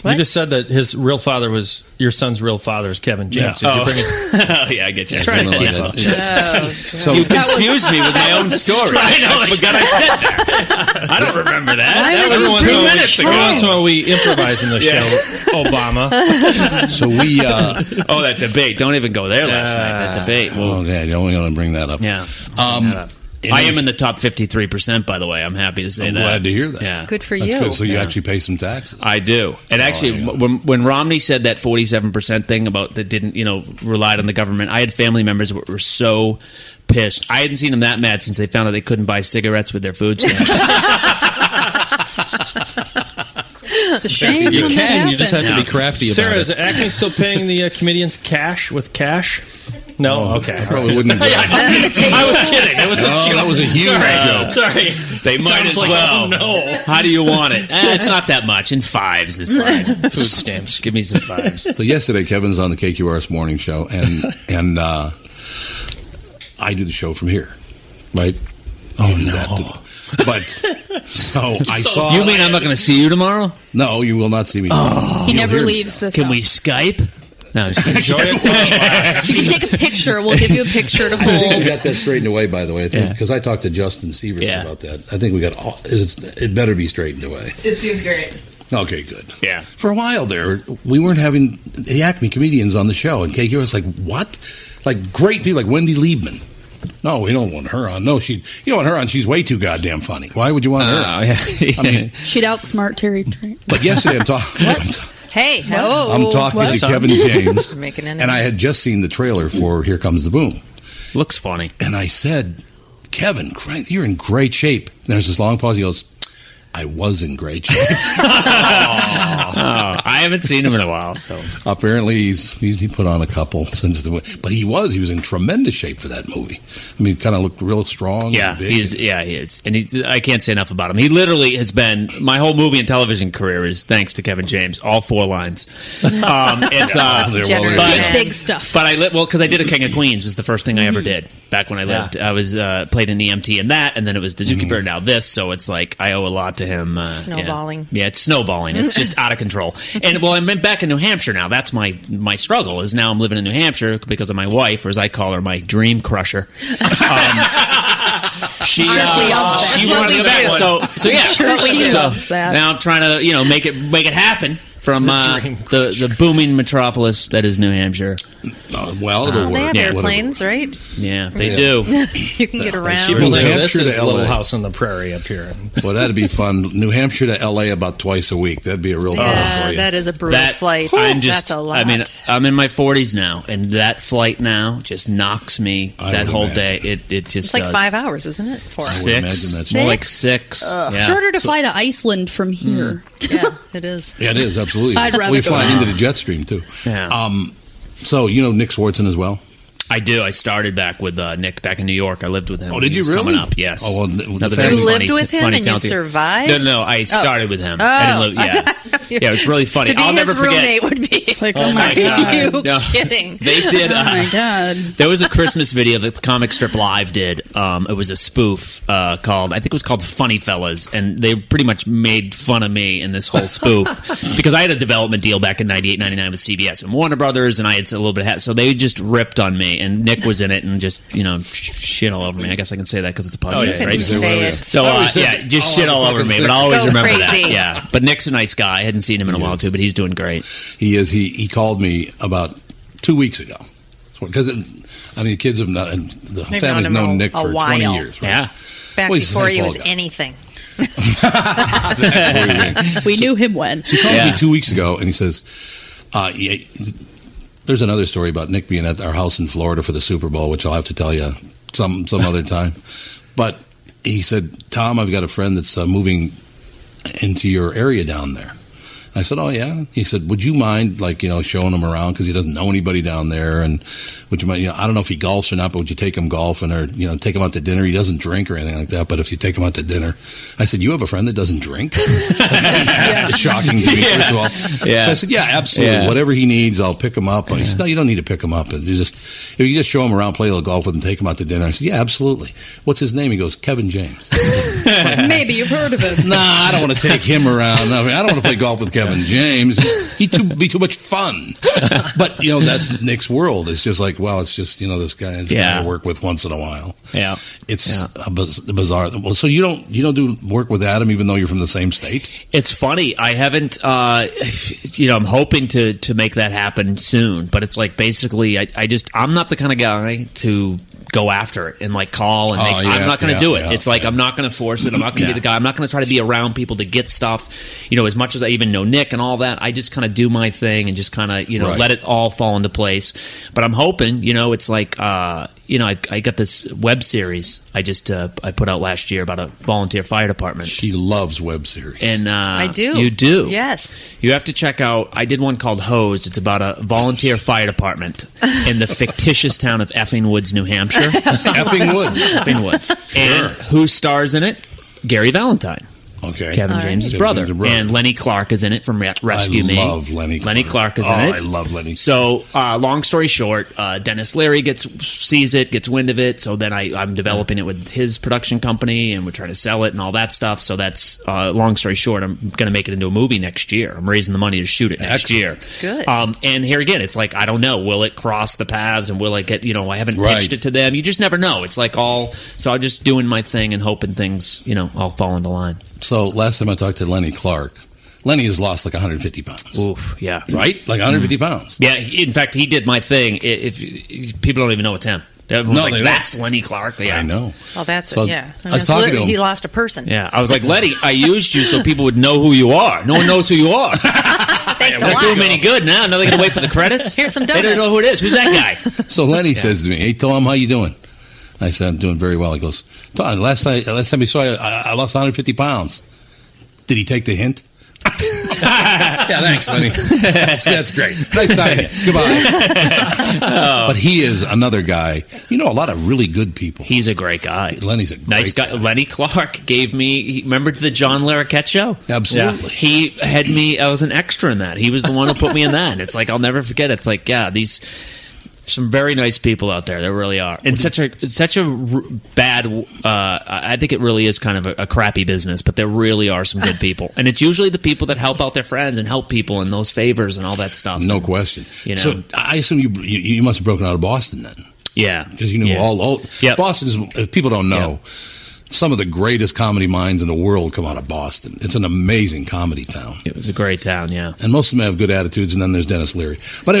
[SPEAKER 17] What? You just said that his real father was your son's real father is Kevin James. Yeah. Did you Oh. bring his- yeah, I get you. Something like
[SPEAKER 16] Oh,
[SPEAKER 17] Yeah. that. Yeah. Yeah. So- you That was- confused me with my that own was a story. strike. I know. I forgot I said that. I don't remember that. that was
[SPEAKER 16] was
[SPEAKER 17] two
[SPEAKER 16] so
[SPEAKER 17] minutes ago.
[SPEAKER 16] strong. That's why
[SPEAKER 17] we improvise
[SPEAKER 16] in the show,
[SPEAKER 17] Obama.
[SPEAKER 16] So we. Uh,
[SPEAKER 17] oh,
[SPEAKER 16] Ah.
[SPEAKER 17] that debate. Don't even go there last night. That debate.
[SPEAKER 16] Oh, yeah, you're only going to bring that up.
[SPEAKER 17] Yeah.
[SPEAKER 16] Um,
[SPEAKER 17] I am in the top 53%, by the way. I'm happy to say
[SPEAKER 16] I'm
[SPEAKER 17] that.
[SPEAKER 16] glad to hear that.
[SPEAKER 17] Yeah.
[SPEAKER 18] Good for
[SPEAKER 16] That's
[SPEAKER 18] you.
[SPEAKER 16] good. So you
[SPEAKER 17] Yeah.
[SPEAKER 16] actually pay some taxes.
[SPEAKER 17] I do. And
[SPEAKER 16] Oh,
[SPEAKER 17] actually,
[SPEAKER 16] yeah.
[SPEAKER 17] when, when Romney said that 47% thing about that didn't, you know, relied on the government, I had family members that were so pissed. I hadn't seen them that mad since they found out they couldn't buy cigarettes with their food stamps.
[SPEAKER 18] It's a shame.
[SPEAKER 17] You
[SPEAKER 18] when that
[SPEAKER 17] can, you
[SPEAKER 18] happened.
[SPEAKER 17] just have to be crafty about
[SPEAKER 9] Sarah,
[SPEAKER 17] it.
[SPEAKER 9] is Acme still paying the uh, comedians cash with cash? No, okay.
[SPEAKER 16] I probably wouldn't have done
[SPEAKER 9] I was kidding. That was a
[SPEAKER 17] Oh,
[SPEAKER 9] joke.
[SPEAKER 17] that was a huge
[SPEAKER 9] sorry,
[SPEAKER 17] joke.
[SPEAKER 9] Sorry,
[SPEAKER 17] They might
[SPEAKER 9] Tom's
[SPEAKER 17] as
[SPEAKER 9] like,
[SPEAKER 17] well.
[SPEAKER 9] oh, no.
[SPEAKER 17] How do you want it? Eh, it's not that much. In fives is fine. Food stamps. Give me some fives.
[SPEAKER 16] So yesterday, Kevin's on the KQRS morning show, and and uh, I do the show from here, right? Oh no! But so I
[SPEAKER 17] So-
[SPEAKER 16] saw.
[SPEAKER 17] You mean I'm not going to see you tomorrow? Oh.
[SPEAKER 16] No, you will not see me. tomorrow.
[SPEAKER 18] He
[SPEAKER 16] You'll
[SPEAKER 18] never
[SPEAKER 16] hear me.
[SPEAKER 18] leaves this.
[SPEAKER 17] Can we Skype? No,
[SPEAKER 18] You can take a picture. We'll give you a picture to
[SPEAKER 16] I think we
[SPEAKER 18] hold.
[SPEAKER 16] got that straightened away, by the way, because I talked to Justin Severs
[SPEAKER 18] Yeah.
[SPEAKER 16] about that. I think we got all. It's, it better be straightened away.
[SPEAKER 21] It seems great.
[SPEAKER 16] Okay, good.
[SPEAKER 17] Yeah.
[SPEAKER 16] For a while there, we weren't having the Acme comedians on the show, and KQ was like, "What? Like great people, like Wendy Liebman." No, we don't want her on. No, she. You don't want her on. She's way too goddamn funny. Why would you want
[SPEAKER 17] Oh,
[SPEAKER 16] her?
[SPEAKER 17] yeah.
[SPEAKER 16] I mean,
[SPEAKER 18] She'd outsmart Terry. Trent.
[SPEAKER 16] but yesterday I'm talking.
[SPEAKER 19] Hey, hello.
[SPEAKER 16] I'm talking to Kevin James,
[SPEAKER 19] Making an
[SPEAKER 16] and I had just seen the trailer for "Here Comes the Boom."
[SPEAKER 17] Looks funny,
[SPEAKER 16] and I said, "Kevin, Christ, you're in great shape." And there's this long pause. He goes, "I was in great shape."
[SPEAKER 17] Oh, I haven't seen him in a while, so
[SPEAKER 16] Apparently, he's, he's he put on a couple since the but he was he was in tremendous shape for that movie. I mean, kind of looked real strong.
[SPEAKER 17] yeah,
[SPEAKER 16] and big.
[SPEAKER 17] he's yeah he is, and he's, I can't say enough about him. He literally has been my whole movie and television career is thanks to Kevin James. All four lines. Um, it's uh,
[SPEAKER 16] They're well
[SPEAKER 17] but-
[SPEAKER 16] written.
[SPEAKER 18] Big stuff.
[SPEAKER 17] But I lit well because I did a King of Queens was the first thing
[SPEAKER 19] Mm-hmm.
[SPEAKER 17] I ever did back when I lived. I was uh, played an EMT in that, and then it was the
[SPEAKER 19] Mm-hmm.
[SPEAKER 17] zookeeper. Now this, so it's like I owe a lot to him. Uh, yeah.
[SPEAKER 19] Snowballing.
[SPEAKER 17] Yeah, it's snowballing. It's just out of control. And well, I'm in- back in New Hampshire now. That's my my struggle is now I'm living in New Hampshire because of my wife, or as I call her, my dream crusher. Um, she
[SPEAKER 18] Surely
[SPEAKER 17] uh,
[SPEAKER 18] loves
[SPEAKER 17] she
[SPEAKER 18] that.
[SPEAKER 17] wanted to go back.
[SPEAKER 18] Yes,
[SPEAKER 17] So
[SPEAKER 18] we do.
[SPEAKER 17] so yeah,
[SPEAKER 18] I'm sure she
[SPEAKER 17] so
[SPEAKER 18] loves that.
[SPEAKER 17] now I'm trying to you know make it make it happen. From uh, the the booming metropolis that is New Hampshire.
[SPEAKER 16] well,
[SPEAKER 17] the
[SPEAKER 19] They have airplanes, right?
[SPEAKER 17] Yeah, they
[SPEAKER 16] Yeah.
[SPEAKER 17] do.
[SPEAKER 19] you can get around.
[SPEAKER 16] New
[SPEAKER 9] People think this
[SPEAKER 16] Hampshire
[SPEAKER 9] is
[SPEAKER 16] to
[SPEAKER 9] Little
[SPEAKER 16] LA.
[SPEAKER 9] House on the Prairie up here.
[SPEAKER 16] well, that'd be fun. New Hampshire to L.A. about twice a week. That'd be a real
[SPEAKER 19] Yeah,
[SPEAKER 16] bummer for you.
[SPEAKER 19] that is a brutal
[SPEAKER 17] That-
[SPEAKER 19] flight.
[SPEAKER 17] I'm just.
[SPEAKER 19] That's a lot.
[SPEAKER 17] I mean, I'm in my 40s now, and that flight now just knocks me.
[SPEAKER 19] I
[SPEAKER 17] that
[SPEAKER 19] would
[SPEAKER 17] whole
[SPEAKER 19] imagine.
[SPEAKER 17] day, it it just
[SPEAKER 19] it's like
[SPEAKER 17] does.
[SPEAKER 19] five hours, isn't it? For us.
[SPEAKER 17] Six, more like six.
[SPEAKER 18] Ugh.
[SPEAKER 17] Yeah.
[SPEAKER 18] Shorter to fly to Iceland from here.
[SPEAKER 19] Yeah, it is.
[SPEAKER 16] Yeah, it is absolutely.
[SPEAKER 18] I'd rather
[SPEAKER 16] we
[SPEAKER 18] go
[SPEAKER 16] fly
[SPEAKER 18] out.
[SPEAKER 16] into the jet stream too.
[SPEAKER 17] Yeah.
[SPEAKER 16] Um. So you know Nick Swartzen as well.
[SPEAKER 17] I do. I started back with uh, Nick back in New York. I lived with
[SPEAKER 16] Oh,
[SPEAKER 17] him. when
[SPEAKER 16] did
[SPEAKER 17] he
[SPEAKER 16] you
[SPEAKER 17] was Coming
[SPEAKER 16] really?
[SPEAKER 17] up, yes.
[SPEAKER 16] Oh, well, the- the family-
[SPEAKER 17] Another very
[SPEAKER 16] You
[SPEAKER 17] funny
[SPEAKER 19] lived with
[SPEAKER 17] t-
[SPEAKER 19] him
[SPEAKER 17] funny,
[SPEAKER 19] and you
[SPEAKER 17] talented-
[SPEAKER 19] survived?
[SPEAKER 17] No, no, no. I
[SPEAKER 19] Oh.
[SPEAKER 17] started with him.
[SPEAKER 19] Oh.
[SPEAKER 17] I didn't live. Yeah, yeah. It was really funny.
[SPEAKER 19] To be
[SPEAKER 17] I'll
[SPEAKER 19] his
[SPEAKER 17] never forget.
[SPEAKER 19] roommate would be. It's like,
[SPEAKER 17] Oh, oh my my God. God.
[SPEAKER 19] you
[SPEAKER 17] No.
[SPEAKER 19] kidding?
[SPEAKER 17] They did, uh,
[SPEAKER 18] Oh my god.
[SPEAKER 17] There was a Christmas video that the Comic Strip Live did. Um, it was a spoof uh, called, I think it was called Funny Fellas, and they pretty much made fun of me in this whole spoof because I had a development deal back in 98, 99 with CBS and Warner Brothers, and I had a little bit of hat. So they just ripped on me, and Nick was in it and just, you know, sh- shit all over me. I guess I can say that because it's a Oh, yeah, podcast, you right? can say it. So, So, I uh, always yeah, said, just "Oh, shit I'm all over fucking me, sick." but I always Go remember crazy. that. Yeah. But Nick's a nice guy. I hadn't seen him in a while, too, but he's doing great.
[SPEAKER 16] He is. He he called me about two weeks ago because I mean the kids have not and the
[SPEAKER 19] They've
[SPEAKER 16] family's
[SPEAKER 19] known him
[SPEAKER 16] known
[SPEAKER 19] a-
[SPEAKER 16] Nick
[SPEAKER 19] a
[SPEAKER 16] for
[SPEAKER 19] while.
[SPEAKER 16] twenty years. Right?
[SPEAKER 17] Yeah.
[SPEAKER 19] Back
[SPEAKER 16] Well, he's a
[SPEAKER 19] before
[SPEAKER 16] St.
[SPEAKER 19] he
[SPEAKER 16] Paul
[SPEAKER 19] was
[SPEAKER 16] guy.
[SPEAKER 19] anything.
[SPEAKER 18] We knew him when.
[SPEAKER 16] He called
[SPEAKER 18] Yeah.
[SPEAKER 16] me two weeks ago and he says, uh, yeah, "There's another story about Nick being at our house in Florida for the Super Bowl, which I'll have to tell you some some other time." But he said, "Tom, I've got a friend that's uh, moving into your area down there." I said, "Oh yeah." He said, "Would you mind, like you know, showing him around because he doesn't know anybody down there, and would you mind, you know, I don't know if he golfs or not, but would you take him golfing or you know, take him out to dinner? He doesn't drink or anything like that, but if you take him out to dinner, I said, you have a friend that doesn't drink. It's shocking to me. First of all,
[SPEAKER 17] Yeah.
[SPEAKER 16] So I said, yeah, absolutely.
[SPEAKER 17] Yeah.
[SPEAKER 16] Whatever he needs, I'll pick him up. I said, no, you don't need to pick him up. You just if you just show him around, play a little golf with him, take him out to dinner. I said, yeah, absolutely. What's his name? He goes, Kevin James.
[SPEAKER 18] Maybe you've heard of him.
[SPEAKER 16] Nah, I don't want to take him around. I, mean, I don't want to play golf with Kevin James. He'd too, be too much fun. But you know, that's Nick's world. It's just like, well, it's just you know, this guy is
[SPEAKER 17] Yeah.
[SPEAKER 16] guy to work with once in a while.
[SPEAKER 17] Yeah.
[SPEAKER 16] It's a biz- bizarre. Well, so you don't you don't do work with Adam, even though you're from the same state.
[SPEAKER 17] It's funny. I haven't, uh, you know, I'm hoping to to make that happen soon. But it's like basically, I, I just I'm not the kind of guy to go after it and like call and Oh, make, yeah, I'm not going to yeah, do it. yeah. It's like I'm not going to force it. I'm not going to Yeah. be the guy. I'm not going to try to be around people to get stuff. You know, as much as I even know Nick and all that, I just kind of do my thing and just kind of you know
[SPEAKER 21] Right.
[SPEAKER 17] let it all fall into place. But I'm hoping, you know, it's like uh, you know, I, I got this web series I just uh, I put out last year about a volunteer fire department. She
[SPEAKER 16] loves web series,
[SPEAKER 17] and uh, I
[SPEAKER 19] do.
[SPEAKER 17] You do,
[SPEAKER 19] Yes.
[SPEAKER 17] you have to check out. I did one called Hosed. It's about a volunteer fire department in the fictitious town of Effing Woods, New Hampshire.
[SPEAKER 16] Effing Woods.
[SPEAKER 17] Effing Woods. And who stars in it? Gary Valentine.
[SPEAKER 16] Okay.
[SPEAKER 17] Kevin
[SPEAKER 16] All right.
[SPEAKER 17] James's
[SPEAKER 16] Kevin
[SPEAKER 17] brother.
[SPEAKER 16] James's brother.
[SPEAKER 17] And Lenny Clark is in it from Re- Rescue Me.
[SPEAKER 16] love Lenny
[SPEAKER 17] Lenny Clark is
[SPEAKER 16] Oh,
[SPEAKER 17] in it.
[SPEAKER 16] I love Lenny.
[SPEAKER 17] So, uh, long story short, uh, Dennis Leary gets sees it, gets wind of it. So then I, I'm developing it with his production company, and we're trying to sell it and all that stuff. So that's uh, long story short. I'm going to make it into a movie next year. I'm raising the money to shoot it next year.
[SPEAKER 19] Good.
[SPEAKER 17] Um, and here again, it's like I don't know. Will it cross the paths, and will it get? You know, I haven't
[SPEAKER 16] Right.
[SPEAKER 17] pitched it to them. You just never know. It's like all. So I'm just doing my thing and hoping things, you know, all fall into line.
[SPEAKER 16] So last time I talked to Lenny Clark, Lenny has lost like 150 pounds.
[SPEAKER 17] Oof, yeah, Mm-hmm.
[SPEAKER 16] right, like 150 pounds.
[SPEAKER 17] Yeah. he- In fact, he did my thing. I- If, if people don't even know it's him, everyone's
[SPEAKER 16] No,
[SPEAKER 17] like,
[SPEAKER 16] they don't.
[SPEAKER 17] "That's Lenny Clark." Yeah, I
[SPEAKER 16] know.
[SPEAKER 19] Well, that's
[SPEAKER 17] So,
[SPEAKER 19] it. Yeah.
[SPEAKER 17] I was talking to him.
[SPEAKER 19] He lost a person.
[SPEAKER 17] Yeah, I was like, Letty, I used you so people would know who you are. No one knows who you are.
[SPEAKER 19] Thanks
[SPEAKER 17] Don't do
[SPEAKER 19] a
[SPEAKER 17] them
[SPEAKER 19] lot.
[SPEAKER 17] any good now. Now they got to wait for the credits.
[SPEAKER 19] Here's some
[SPEAKER 17] They
[SPEAKER 19] donuts.
[SPEAKER 17] don't know who it is. Who's that guy?
[SPEAKER 16] So Lenny says to me, "Hey Tom, how you doing?" I said, "I'm doing very well." He goes, "Tom, last night, last time we saw you, I, I lost 150 pounds. Did he take the hint?" yeah, thanks, Lenny. That's, that's great. Nice talking to you. Goodbye.
[SPEAKER 17] Oh.
[SPEAKER 16] But he is another guy. You know, a lot of really good people.
[SPEAKER 17] He's a great guy.
[SPEAKER 16] Lenny's a great
[SPEAKER 17] nice guy. Lenny Clark gave me. He, remember the John Larroquette show?
[SPEAKER 16] Absolutely.
[SPEAKER 17] Yeah. He had me. I was an extra in that. He was the one who put me in that. And it's like I'll never forget. It's like yeah, these some very nice people out there. There really are. And such a such a r- bad. Uh, I think it really is kind of a, a crappy business, but there really are some good people. And it's usually the people that help out their friends and help people and those favors and all that stuff.
[SPEAKER 16] No question.
[SPEAKER 17] You know.
[SPEAKER 16] So I assume you, you you must have broken out of Boston then.
[SPEAKER 17] yeah.
[SPEAKER 16] because you know
[SPEAKER 17] Yeah.
[SPEAKER 16] all, all Boston is. If people don't know, some of the greatest comedy minds in the world come out of Boston. It's an amazing comedy town.
[SPEAKER 17] It was a great town, yeah.
[SPEAKER 16] And most of them have good attitudes. And then there's Dennis Leary. But I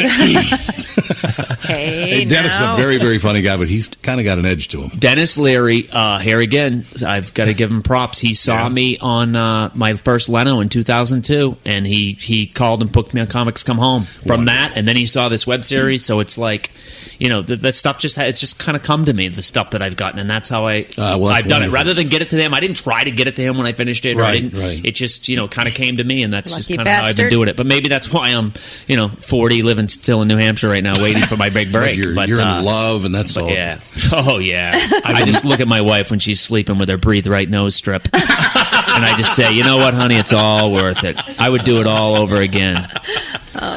[SPEAKER 19] Hey,
[SPEAKER 16] Dennis is a
[SPEAKER 19] now.
[SPEAKER 16] very very funny guy, but he's kind of got an edge to him.
[SPEAKER 17] Dennis Leary, uh, here again, I've got to give him props. He saw me on uh, my first Leno in 2002, and he, he called and booked me on Comics Come Home from that, and then he saw this web series. So it's like, you know, the, the stuff just ha- it's just kind of come to me the stuff that I've gotten, and that's how I
[SPEAKER 16] Uh, well, that's
[SPEAKER 17] I've done it.
[SPEAKER 16] wonderful.
[SPEAKER 17] Rather than get it to them, I didn't try to get it to him when I finished it. or I
[SPEAKER 16] Right,
[SPEAKER 17] didn't,
[SPEAKER 16] right.
[SPEAKER 17] It just you know kind of came to me, and that's just
[SPEAKER 19] Lucky
[SPEAKER 17] kind of how I've been
[SPEAKER 19] bastard.
[SPEAKER 17] doing it. But maybe that's why I'm you know 40, living still in New Hampshire right now, waiting for my big
[SPEAKER 16] But
[SPEAKER 17] break.
[SPEAKER 16] you're-
[SPEAKER 17] but
[SPEAKER 16] you're in
[SPEAKER 17] uh,
[SPEAKER 16] love, and that's
[SPEAKER 17] but
[SPEAKER 16] all.
[SPEAKER 17] Yeah. Oh yeah. I just look at my wife when she's sleeping with her breathe right nose strip, and I just say, you know what, honey, it's all worth it. I would do it all over again.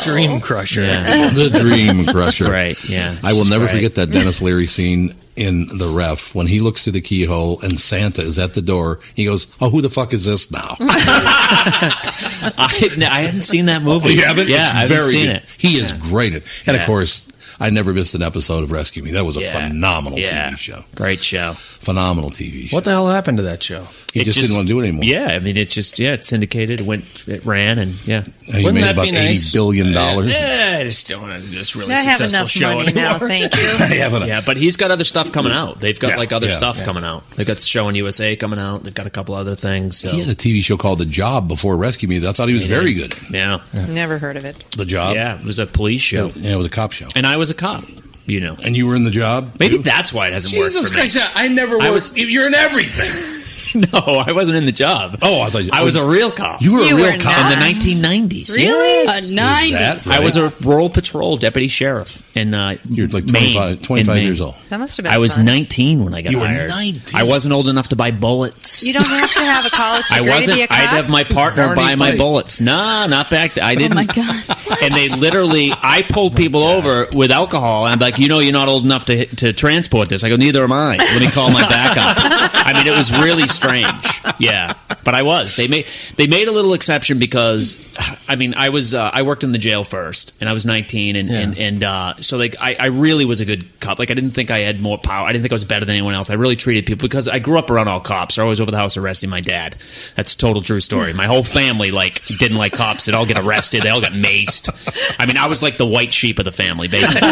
[SPEAKER 11] Dream crusher.
[SPEAKER 17] Oh. Yeah.
[SPEAKER 16] the dream
[SPEAKER 17] It's
[SPEAKER 16] crusher.
[SPEAKER 17] great, yeah.
[SPEAKER 16] I will
[SPEAKER 17] It's
[SPEAKER 16] never
[SPEAKER 17] great.
[SPEAKER 16] forget that Dennis Leary scene in The Ref when he looks through the keyhole and Santa is at the door. He goes, "Oh, who the fuck is this now?"
[SPEAKER 17] I, no, I hadn't seen that movie.
[SPEAKER 16] Oh, you haven't?
[SPEAKER 17] Yeah,
[SPEAKER 16] It's
[SPEAKER 17] I haven't
[SPEAKER 16] very
[SPEAKER 17] seen
[SPEAKER 16] good.
[SPEAKER 17] it.
[SPEAKER 16] He is great at, and
[SPEAKER 17] Yeah.
[SPEAKER 16] of course, I never missed an episode of Rescue Me. That was a
[SPEAKER 17] Yeah.
[SPEAKER 16] phenomenal
[SPEAKER 17] Yeah.
[SPEAKER 16] TV show.
[SPEAKER 17] Great show.
[SPEAKER 16] Phenomenal TV.
[SPEAKER 17] What the hell happened to that show?
[SPEAKER 16] He just didn't want to do it anymore.
[SPEAKER 17] Yeah, I mean, it just yeah, it syndicated, it went, it ran, and yeah,
[SPEAKER 16] And he made about eighty billion dollars.
[SPEAKER 17] Yeah, I just don't want to just really
[SPEAKER 19] I have
[SPEAKER 17] successful
[SPEAKER 19] enough
[SPEAKER 17] show
[SPEAKER 19] money now.
[SPEAKER 17] anymore.
[SPEAKER 19] Thank you.
[SPEAKER 17] yeah, but he's got other stuff coming out. They've got
[SPEAKER 16] uh, Yeah,
[SPEAKER 17] like other
[SPEAKER 16] yeah,
[SPEAKER 17] stuff
[SPEAKER 16] yeah.
[SPEAKER 17] coming out. They've got Show on USA coming out. They've got a couple other things. So.
[SPEAKER 16] He had a TV show called The Job before Rescue Me. that I thought he was very good.
[SPEAKER 17] Yeah.
[SPEAKER 19] Never heard of it.
[SPEAKER 16] The Job.
[SPEAKER 17] Yeah, it was a police show.
[SPEAKER 16] Yeah, it was a cop show.
[SPEAKER 17] And I was a cop, you know.
[SPEAKER 16] And you were in The Job.
[SPEAKER 17] Maybe that's why it hasn't worked.
[SPEAKER 16] Jesus
[SPEAKER 17] for
[SPEAKER 16] Christ!
[SPEAKER 17] Me.
[SPEAKER 16] I never was,
[SPEAKER 17] I was-
[SPEAKER 16] You're in everything.
[SPEAKER 17] No, I wasn't in the job.
[SPEAKER 16] Oh, I thought you-
[SPEAKER 17] I was a real cop.
[SPEAKER 16] You were a You real were cop.
[SPEAKER 17] in the
[SPEAKER 16] not.
[SPEAKER 17] 1990s.
[SPEAKER 16] Really?
[SPEAKER 17] Yes.
[SPEAKER 16] A 90s. Is that
[SPEAKER 17] I was a
[SPEAKER 16] right?
[SPEAKER 17] rural patrol deputy sheriff in uh, You're like
[SPEAKER 16] 25 25 years old.
[SPEAKER 19] That must have been
[SPEAKER 17] I was
[SPEAKER 19] fun.
[SPEAKER 17] 19 when I got
[SPEAKER 16] You were
[SPEAKER 17] hired.
[SPEAKER 16] 19.
[SPEAKER 17] I wasn't old enough to buy bullets.
[SPEAKER 19] You don't have to have a college
[SPEAKER 17] I
[SPEAKER 19] degree to
[SPEAKER 17] wasn't.
[SPEAKER 19] be a
[SPEAKER 17] I'd
[SPEAKER 19] cop.
[SPEAKER 17] have my partner
[SPEAKER 19] Barney
[SPEAKER 17] buy my
[SPEAKER 19] Fife.
[SPEAKER 17] bullets. Nah, not back. Th- I didn't. Oh my god! And they literally, I pulled people over with alcohol, and I'm like, you know, you're not old enough to to transport this. I go, neither am I. Let me call my backup. I mean, it was really strange. Yeah, but but I was. They made they made a little exception because, I mean, I was uh, I worked in the jail first, and I was 19, and and, and uh, so like I, I really was a good cop. Like I didn't think I had more power. I didn't think I was better than anyone else. I really treated people because I grew up around all cops. I was over the house arresting my dad. That's a total true story. My whole family like didn't like cops. They'd all get arrested. They all got maced. I mean, I was like the white sheep of the family, basically.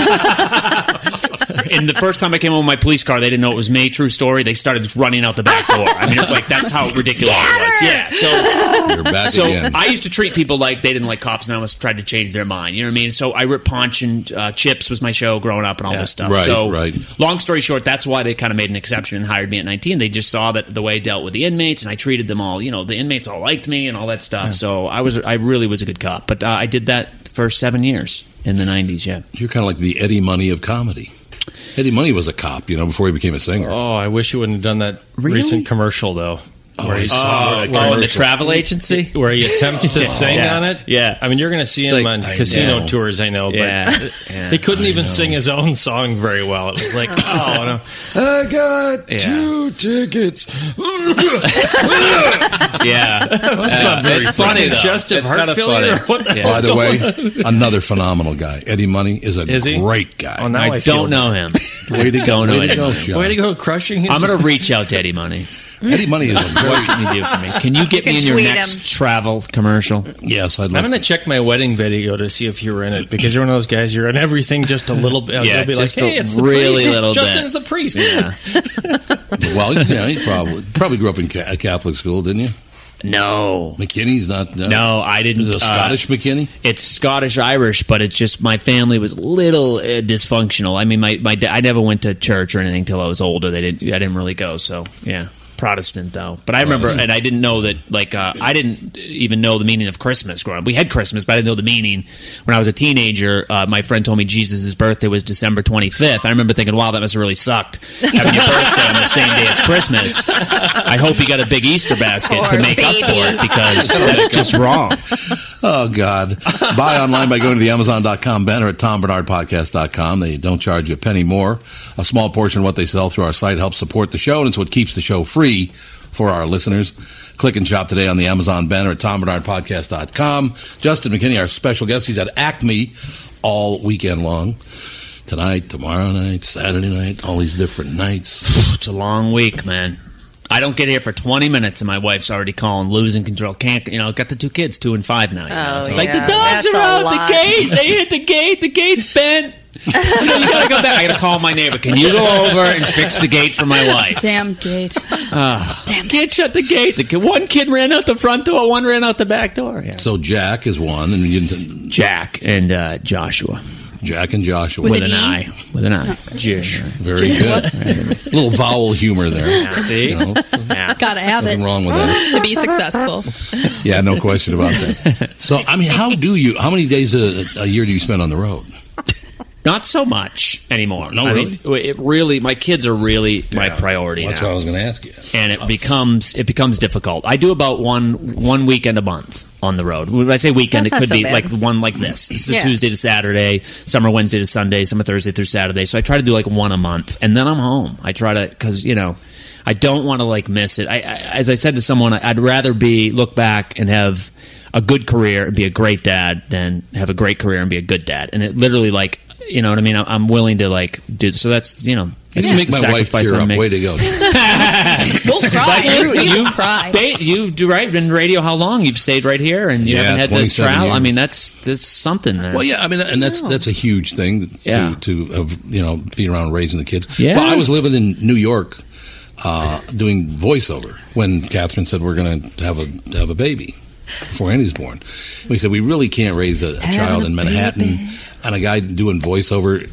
[SPEAKER 17] and the first time I came home with my police car, they didn't know it was me. True story. They started running out the back door. I mean, it's like that's how ridiculous it was. Yeah. So
[SPEAKER 16] You're back
[SPEAKER 17] so
[SPEAKER 16] again.
[SPEAKER 17] I used to treat people like they didn't like cops, and I was tried to change their mind. You know what I mean? So I ripped Punch and uh, Chips was my show growing up, and all this stuff.
[SPEAKER 16] Right,
[SPEAKER 17] so
[SPEAKER 16] right.
[SPEAKER 17] long story short, that's why they kind of made an exception and hired me at 19. They just saw that the way I dealt with the inmates, and I treated them all. You know, the inmates all liked me and all that stuff. So I was I really was a good cop, but uh, I did that for seven years in the 90s. Yeah.
[SPEAKER 16] You're kind of like the Eddie Money of comedy. Eddie Money was a cop, you know, before he became a singer.
[SPEAKER 9] Oh, I wish you wouldn't have done that recent commercial though.
[SPEAKER 16] Oh,
[SPEAKER 9] where he-
[SPEAKER 16] I saw that
[SPEAKER 9] where-
[SPEAKER 16] commercial.
[SPEAKER 17] agency
[SPEAKER 9] where he attempts to
[SPEAKER 17] Yeah.
[SPEAKER 9] sing
[SPEAKER 17] Yeah.
[SPEAKER 9] on it.
[SPEAKER 17] Yeah,
[SPEAKER 9] I mean you're going to see
[SPEAKER 17] It's
[SPEAKER 9] him
[SPEAKER 17] like-
[SPEAKER 9] on
[SPEAKER 17] I
[SPEAKER 9] casino
[SPEAKER 17] know.
[SPEAKER 9] tours. I know, but
[SPEAKER 17] Yeah. Yeah.
[SPEAKER 9] he couldn't
[SPEAKER 17] I
[SPEAKER 9] even
[SPEAKER 17] know.
[SPEAKER 9] sing his own song very well. It was like, oh
[SPEAKER 16] I got
[SPEAKER 9] Yeah.
[SPEAKER 16] two tickets.
[SPEAKER 9] no,
[SPEAKER 17] yeah,
[SPEAKER 9] That's not very funny, though.
[SPEAKER 17] Congestive
[SPEAKER 9] It's
[SPEAKER 17] heart
[SPEAKER 9] not
[SPEAKER 17] failure
[SPEAKER 9] funny.
[SPEAKER 17] or what the hell's
[SPEAKER 16] By the way,
[SPEAKER 17] going
[SPEAKER 16] another phenomenal guy. Eddie Money is a
[SPEAKER 17] Is he?
[SPEAKER 16] great guy.
[SPEAKER 17] Oh, now I I don't feel- know him.
[SPEAKER 16] Way to go!
[SPEAKER 17] Don't know
[SPEAKER 16] way to
[SPEAKER 17] Eddie
[SPEAKER 16] go!
[SPEAKER 17] Money.
[SPEAKER 16] Sean.
[SPEAKER 17] Way to
[SPEAKER 9] go, crushing his.
[SPEAKER 17] I'm going to reach out to Eddie Money.
[SPEAKER 16] Eddie Money is a
[SPEAKER 17] What can you do for me? Can you get me in your next travel commercial?
[SPEAKER 16] Yes, I'd
[SPEAKER 9] I'm going to check my wedding video to see if you were in it because you're one of those guys. You're in everything just a little bit.
[SPEAKER 17] Yeah,
[SPEAKER 9] They'll be
[SPEAKER 17] just
[SPEAKER 9] like,
[SPEAKER 17] a
[SPEAKER 9] hey, it's the
[SPEAKER 17] really
[SPEAKER 9] priest.
[SPEAKER 17] little bit.
[SPEAKER 9] Justin's the priest.
[SPEAKER 17] Yeah.
[SPEAKER 16] well, yeah, he probably probably grew up in ca- a Catholic school, didn't you?
[SPEAKER 17] No,
[SPEAKER 16] McKinney's not. No,
[SPEAKER 17] No, I didn't.
[SPEAKER 16] Is it a
[SPEAKER 17] uh,
[SPEAKER 16] Scottish McKinney.
[SPEAKER 17] It's Scottish Irish, but it's just my family was a little uh, dysfunctional. I mean, my my da- I never went to church or anything till I was older. They didn't. I didn't really go. So yeah, Protestant though. But I remember,
[SPEAKER 9] Protestant.
[SPEAKER 17] and I didn't know that. Like, uh, I didn't even know the meaning of Christmas growing up. We had Christmas, but I didn't know the meaning. When I was a teenager, uh, my friend told me Jesus' birthday was December twenty fifth. I remember thinking, wow, that must have really sucked having your birthday on the same day as Christmas. I hope he got a big Easter basket to
[SPEAKER 16] Poor
[SPEAKER 17] make up
[SPEAKER 16] baby.
[SPEAKER 17] for it because that's just wrong.
[SPEAKER 16] Oh God! Buy online by going to the Amazon.com banner at TomBernardPodcast.com. They don't charge you a penny more. A small portion of what they sell through our site helps support the show, and it's what keeps the show free for our listeners. Click and shop today on the Amazon banner at TomBernardPodcast.com. Justin McKinney, our special guest, he's at Acme all weekend long. Tonight, tomorrow night, Saturday night, all these different nights.
[SPEAKER 17] It's a long week, man. I don't get here for 20 minutes, and my wife's already calling, losing control. Can't, you know, got the two kids, two and five now. You know?
[SPEAKER 19] Oh,
[SPEAKER 17] It's like,
[SPEAKER 19] yeah.
[SPEAKER 17] the dogs
[SPEAKER 19] That's
[SPEAKER 17] are
[SPEAKER 19] a
[SPEAKER 17] out
[SPEAKER 19] lot.
[SPEAKER 17] the gate. They hit the gate. The gate's bent. You know, you gotta go back. I gotta call my neighbor. Can you go over and fix the gate for my wife?
[SPEAKER 18] Damn gate.
[SPEAKER 17] Ah. Can't shut the gate. The kid, one kid ran out the front door, one ran out the back door. Yeah.
[SPEAKER 16] So Jack is one, and you,
[SPEAKER 17] Jack and uh, Joshua.
[SPEAKER 16] Jack and Joshua
[SPEAKER 17] With, an, eye. With an eye. Jish.
[SPEAKER 16] Very good. a little vowel humor there.
[SPEAKER 17] See?
[SPEAKER 16] You know,
[SPEAKER 18] Gotta have
[SPEAKER 16] Nothing
[SPEAKER 18] it.
[SPEAKER 16] wrong with that.
[SPEAKER 18] To be successful.
[SPEAKER 16] yeah, no question about that. So, I mean, how do you? How many days a, a year do you spend on the road?
[SPEAKER 17] Not so much anymore.
[SPEAKER 16] No,
[SPEAKER 17] I
[SPEAKER 16] really?
[SPEAKER 17] mean, it really. My kids are really my priority.
[SPEAKER 16] That's
[SPEAKER 17] now.
[SPEAKER 16] what I was going to ask you.
[SPEAKER 17] and it becomes it becomes difficult. I do about one one weekend a month on the road. When I say weekend,
[SPEAKER 19] That's
[SPEAKER 17] it
[SPEAKER 19] not
[SPEAKER 17] could
[SPEAKER 19] so
[SPEAKER 17] be
[SPEAKER 19] bad.
[SPEAKER 17] like one like this. This is
[SPEAKER 19] Yeah.
[SPEAKER 17] Tuesday to Saturday, summer Wednesday to Sunday, summer Thursday through Saturday. So I try to do like one a month, and then I'm home. I try to because you know I don't want to like miss it. I, I as I said to someone, I- I'd rather be look back and have a good career and be a great dad than have a great career and be a good dad. And it literally like you know what I mean. I- I'm willing to like do so. That's you know.
[SPEAKER 16] You
[SPEAKER 17] it's
[SPEAKER 16] make
[SPEAKER 17] just a
[SPEAKER 16] my wife
[SPEAKER 17] sacrifice
[SPEAKER 16] tear
[SPEAKER 17] I'm
[SPEAKER 16] up.
[SPEAKER 17] making.
[SPEAKER 16] Way to go!
[SPEAKER 18] We'll cry.
[SPEAKER 17] But you-
[SPEAKER 18] we
[SPEAKER 17] you-
[SPEAKER 18] will cry.
[SPEAKER 17] They, you do right been radio how long you've stayed right here and you
[SPEAKER 16] Yeah,
[SPEAKER 17] haven't had to
[SPEAKER 16] 27
[SPEAKER 17] travel. I
[SPEAKER 16] years.
[SPEAKER 17] mean that's that's something. there.
[SPEAKER 16] Well, yeah, I mean, and that's that's a huge thing to
[SPEAKER 17] Yeah.
[SPEAKER 16] to uh, you know be around raising the kids.
[SPEAKER 17] Yeah.
[SPEAKER 16] Well, I was living in New York. Uh, doing voiceover when Catherine said we're going to have a have a baby before Andy's born. We said we really can't raise a, a child in Manhattan and a guy doing voiceover.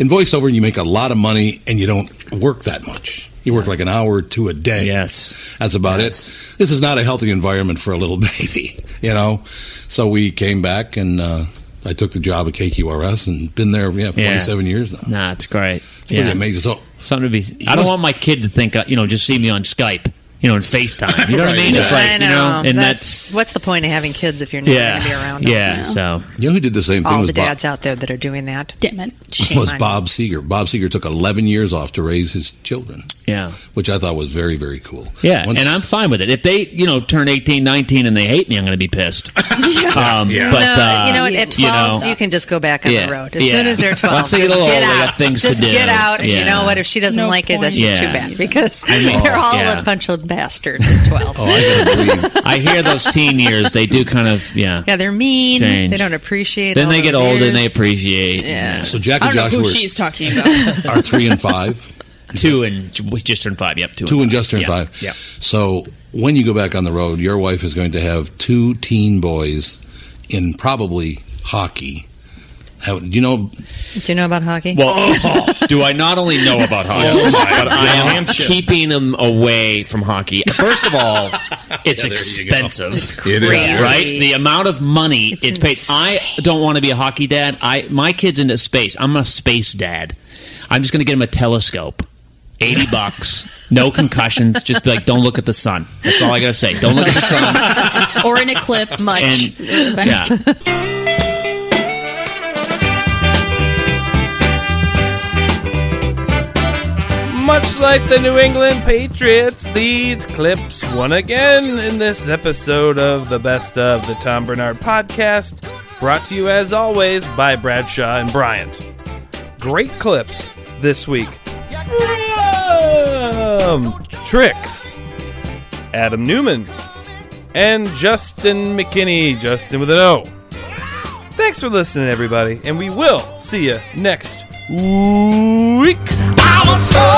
[SPEAKER 16] In voiceover, you make a lot of money and you don't work that much. You work like an hour or two a day.
[SPEAKER 17] Yes,
[SPEAKER 16] that's about it. This is not a healthy environment for a little baby, you know. So we came back and uh, I took the job at KQRS and been there yeah, for
[SPEAKER 17] Yeah.
[SPEAKER 16] 27 years now.
[SPEAKER 17] Nah, it's great.
[SPEAKER 16] It's pretty amazing. So
[SPEAKER 17] Something to be. I don't want my kid to think uh, you know just see me on Skype. you know, and FaceTime. You know what I mean?
[SPEAKER 19] Yeah.
[SPEAKER 17] It's like,
[SPEAKER 19] I
[SPEAKER 17] you know,
[SPEAKER 19] know.
[SPEAKER 17] and that's,
[SPEAKER 19] that's, what's the point of having kids if you're not
[SPEAKER 17] yeah,
[SPEAKER 19] going to be around? all
[SPEAKER 17] yeah.
[SPEAKER 19] the time?
[SPEAKER 17] So
[SPEAKER 16] you know who did the same thing
[SPEAKER 19] all
[SPEAKER 16] was
[SPEAKER 19] the
[SPEAKER 16] Bob-
[SPEAKER 19] dads out there that are doing that.
[SPEAKER 18] Damn it!
[SPEAKER 19] Shame
[SPEAKER 16] was
[SPEAKER 19] on
[SPEAKER 16] Bob Seeger. Bob Seeger took 11 years off to raise his children.
[SPEAKER 17] Yeah.
[SPEAKER 16] Which I thought was very, very cool.
[SPEAKER 17] yeah,
[SPEAKER 16] Once-
[SPEAKER 17] and I'm fine with it. If they, you know, turn 18, 19 and they hate me, I'm going to be pissed. Um,
[SPEAKER 19] you.
[SPEAKER 17] But,
[SPEAKER 19] no,
[SPEAKER 17] uh,
[SPEAKER 19] you know what? At twelve, you,
[SPEAKER 17] know,
[SPEAKER 19] can just go back on
[SPEAKER 17] Yeah.
[SPEAKER 19] the road as
[SPEAKER 17] Yeah.
[SPEAKER 19] soon as they're twelve.
[SPEAKER 17] Once they get
[SPEAKER 19] just
[SPEAKER 17] a little
[SPEAKER 19] get
[SPEAKER 17] older, they
[SPEAKER 19] out.
[SPEAKER 17] got things to
[SPEAKER 19] just
[SPEAKER 17] do.
[SPEAKER 19] get out, and you
[SPEAKER 17] Yeah.
[SPEAKER 19] know what? If she doesn't like it, that's
[SPEAKER 17] Yeah.
[SPEAKER 19] just too bad because
[SPEAKER 17] I mean-
[SPEAKER 19] they're all
[SPEAKER 17] Yeah.
[SPEAKER 19] a bunch of bastards at twelve.
[SPEAKER 17] Oh, I, hear those teen years. They do kind of, yeah.
[SPEAKER 19] yeah, they're mean.
[SPEAKER 17] Change.
[SPEAKER 19] They don't appreciate.
[SPEAKER 17] Then
[SPEAKER 19] all
[SPEAKER 17] they
[SPEAKER 19] the
[SPEAKER 17] get older and
[SPEAKER 19] beers.
[SPEAKER 17] they appreciate.
[SPEAKER 19] Yeah.
[SPEAKER 16] So Jack
[SPEAKER 18] I
[SPEAKER 16] and
[SPEAKER 18] don't know
[SPEAKER 16] Josh
[SPEAKER 18] who
[SPEAKER 16] were
[SPEAKER 18] she's talking about.
[SPEAKER 16] are three and five.
[SPEAKER 17] Two and we just turned five. Yep, two.
[SPEAKER 16] Two and
[SPEAKER 17] and
[SPEAKER 16] just turned
[SPEAKER 17] Yeah.
[SPEAKER 16] five.
[SPEAKER 17] Yeah.
[SPEAKER 16] So when you go back on the road, your wife is going to have two teen boys in probably hockey. How, do you know?
[SPEAKER 19] Do you know about hockey?
[SPEAKER 17] Well, do I not only know about hockey,
[SPEAKER 19] Oh, my
[SPEAKER 17] but I am
[SPEAKER 19] gosh.
[SPEAKER 17] keeping them away from hockey. First of all, it's
[SPEAKER 16] Yeah, there you go.
[SPEAKER 17] expensive,
[SPEAKER 16] It is.
[SPEAKER 17] right? The amount of money it's, paid. I don't want to be a hockey dad. I my kids into space. I'm a space dad. I'm just going to get them a telescope. 80 bucks, no concussions, just be like, don't look at the sun. That's all I gotta say. Don't look at the sun.
[SPEAKER 18] or an eclipse.
[SPEAKER 19] Much.
[SPEAKER 18] And-
[SPEAKER 17] Yeah.
[SPEAKER 9] Much like the New England Patriots, these clips won again in this episode of the Best of the Tom Bernard Podcast, brought to you as always by Bradshaw and Bryant. Great clips this week from Tricks, Adam Newman, and Justin McKinney, Justin with an O. Thanks for listening, everybody, and we will see you next week.
[SPEAKER 10] I was so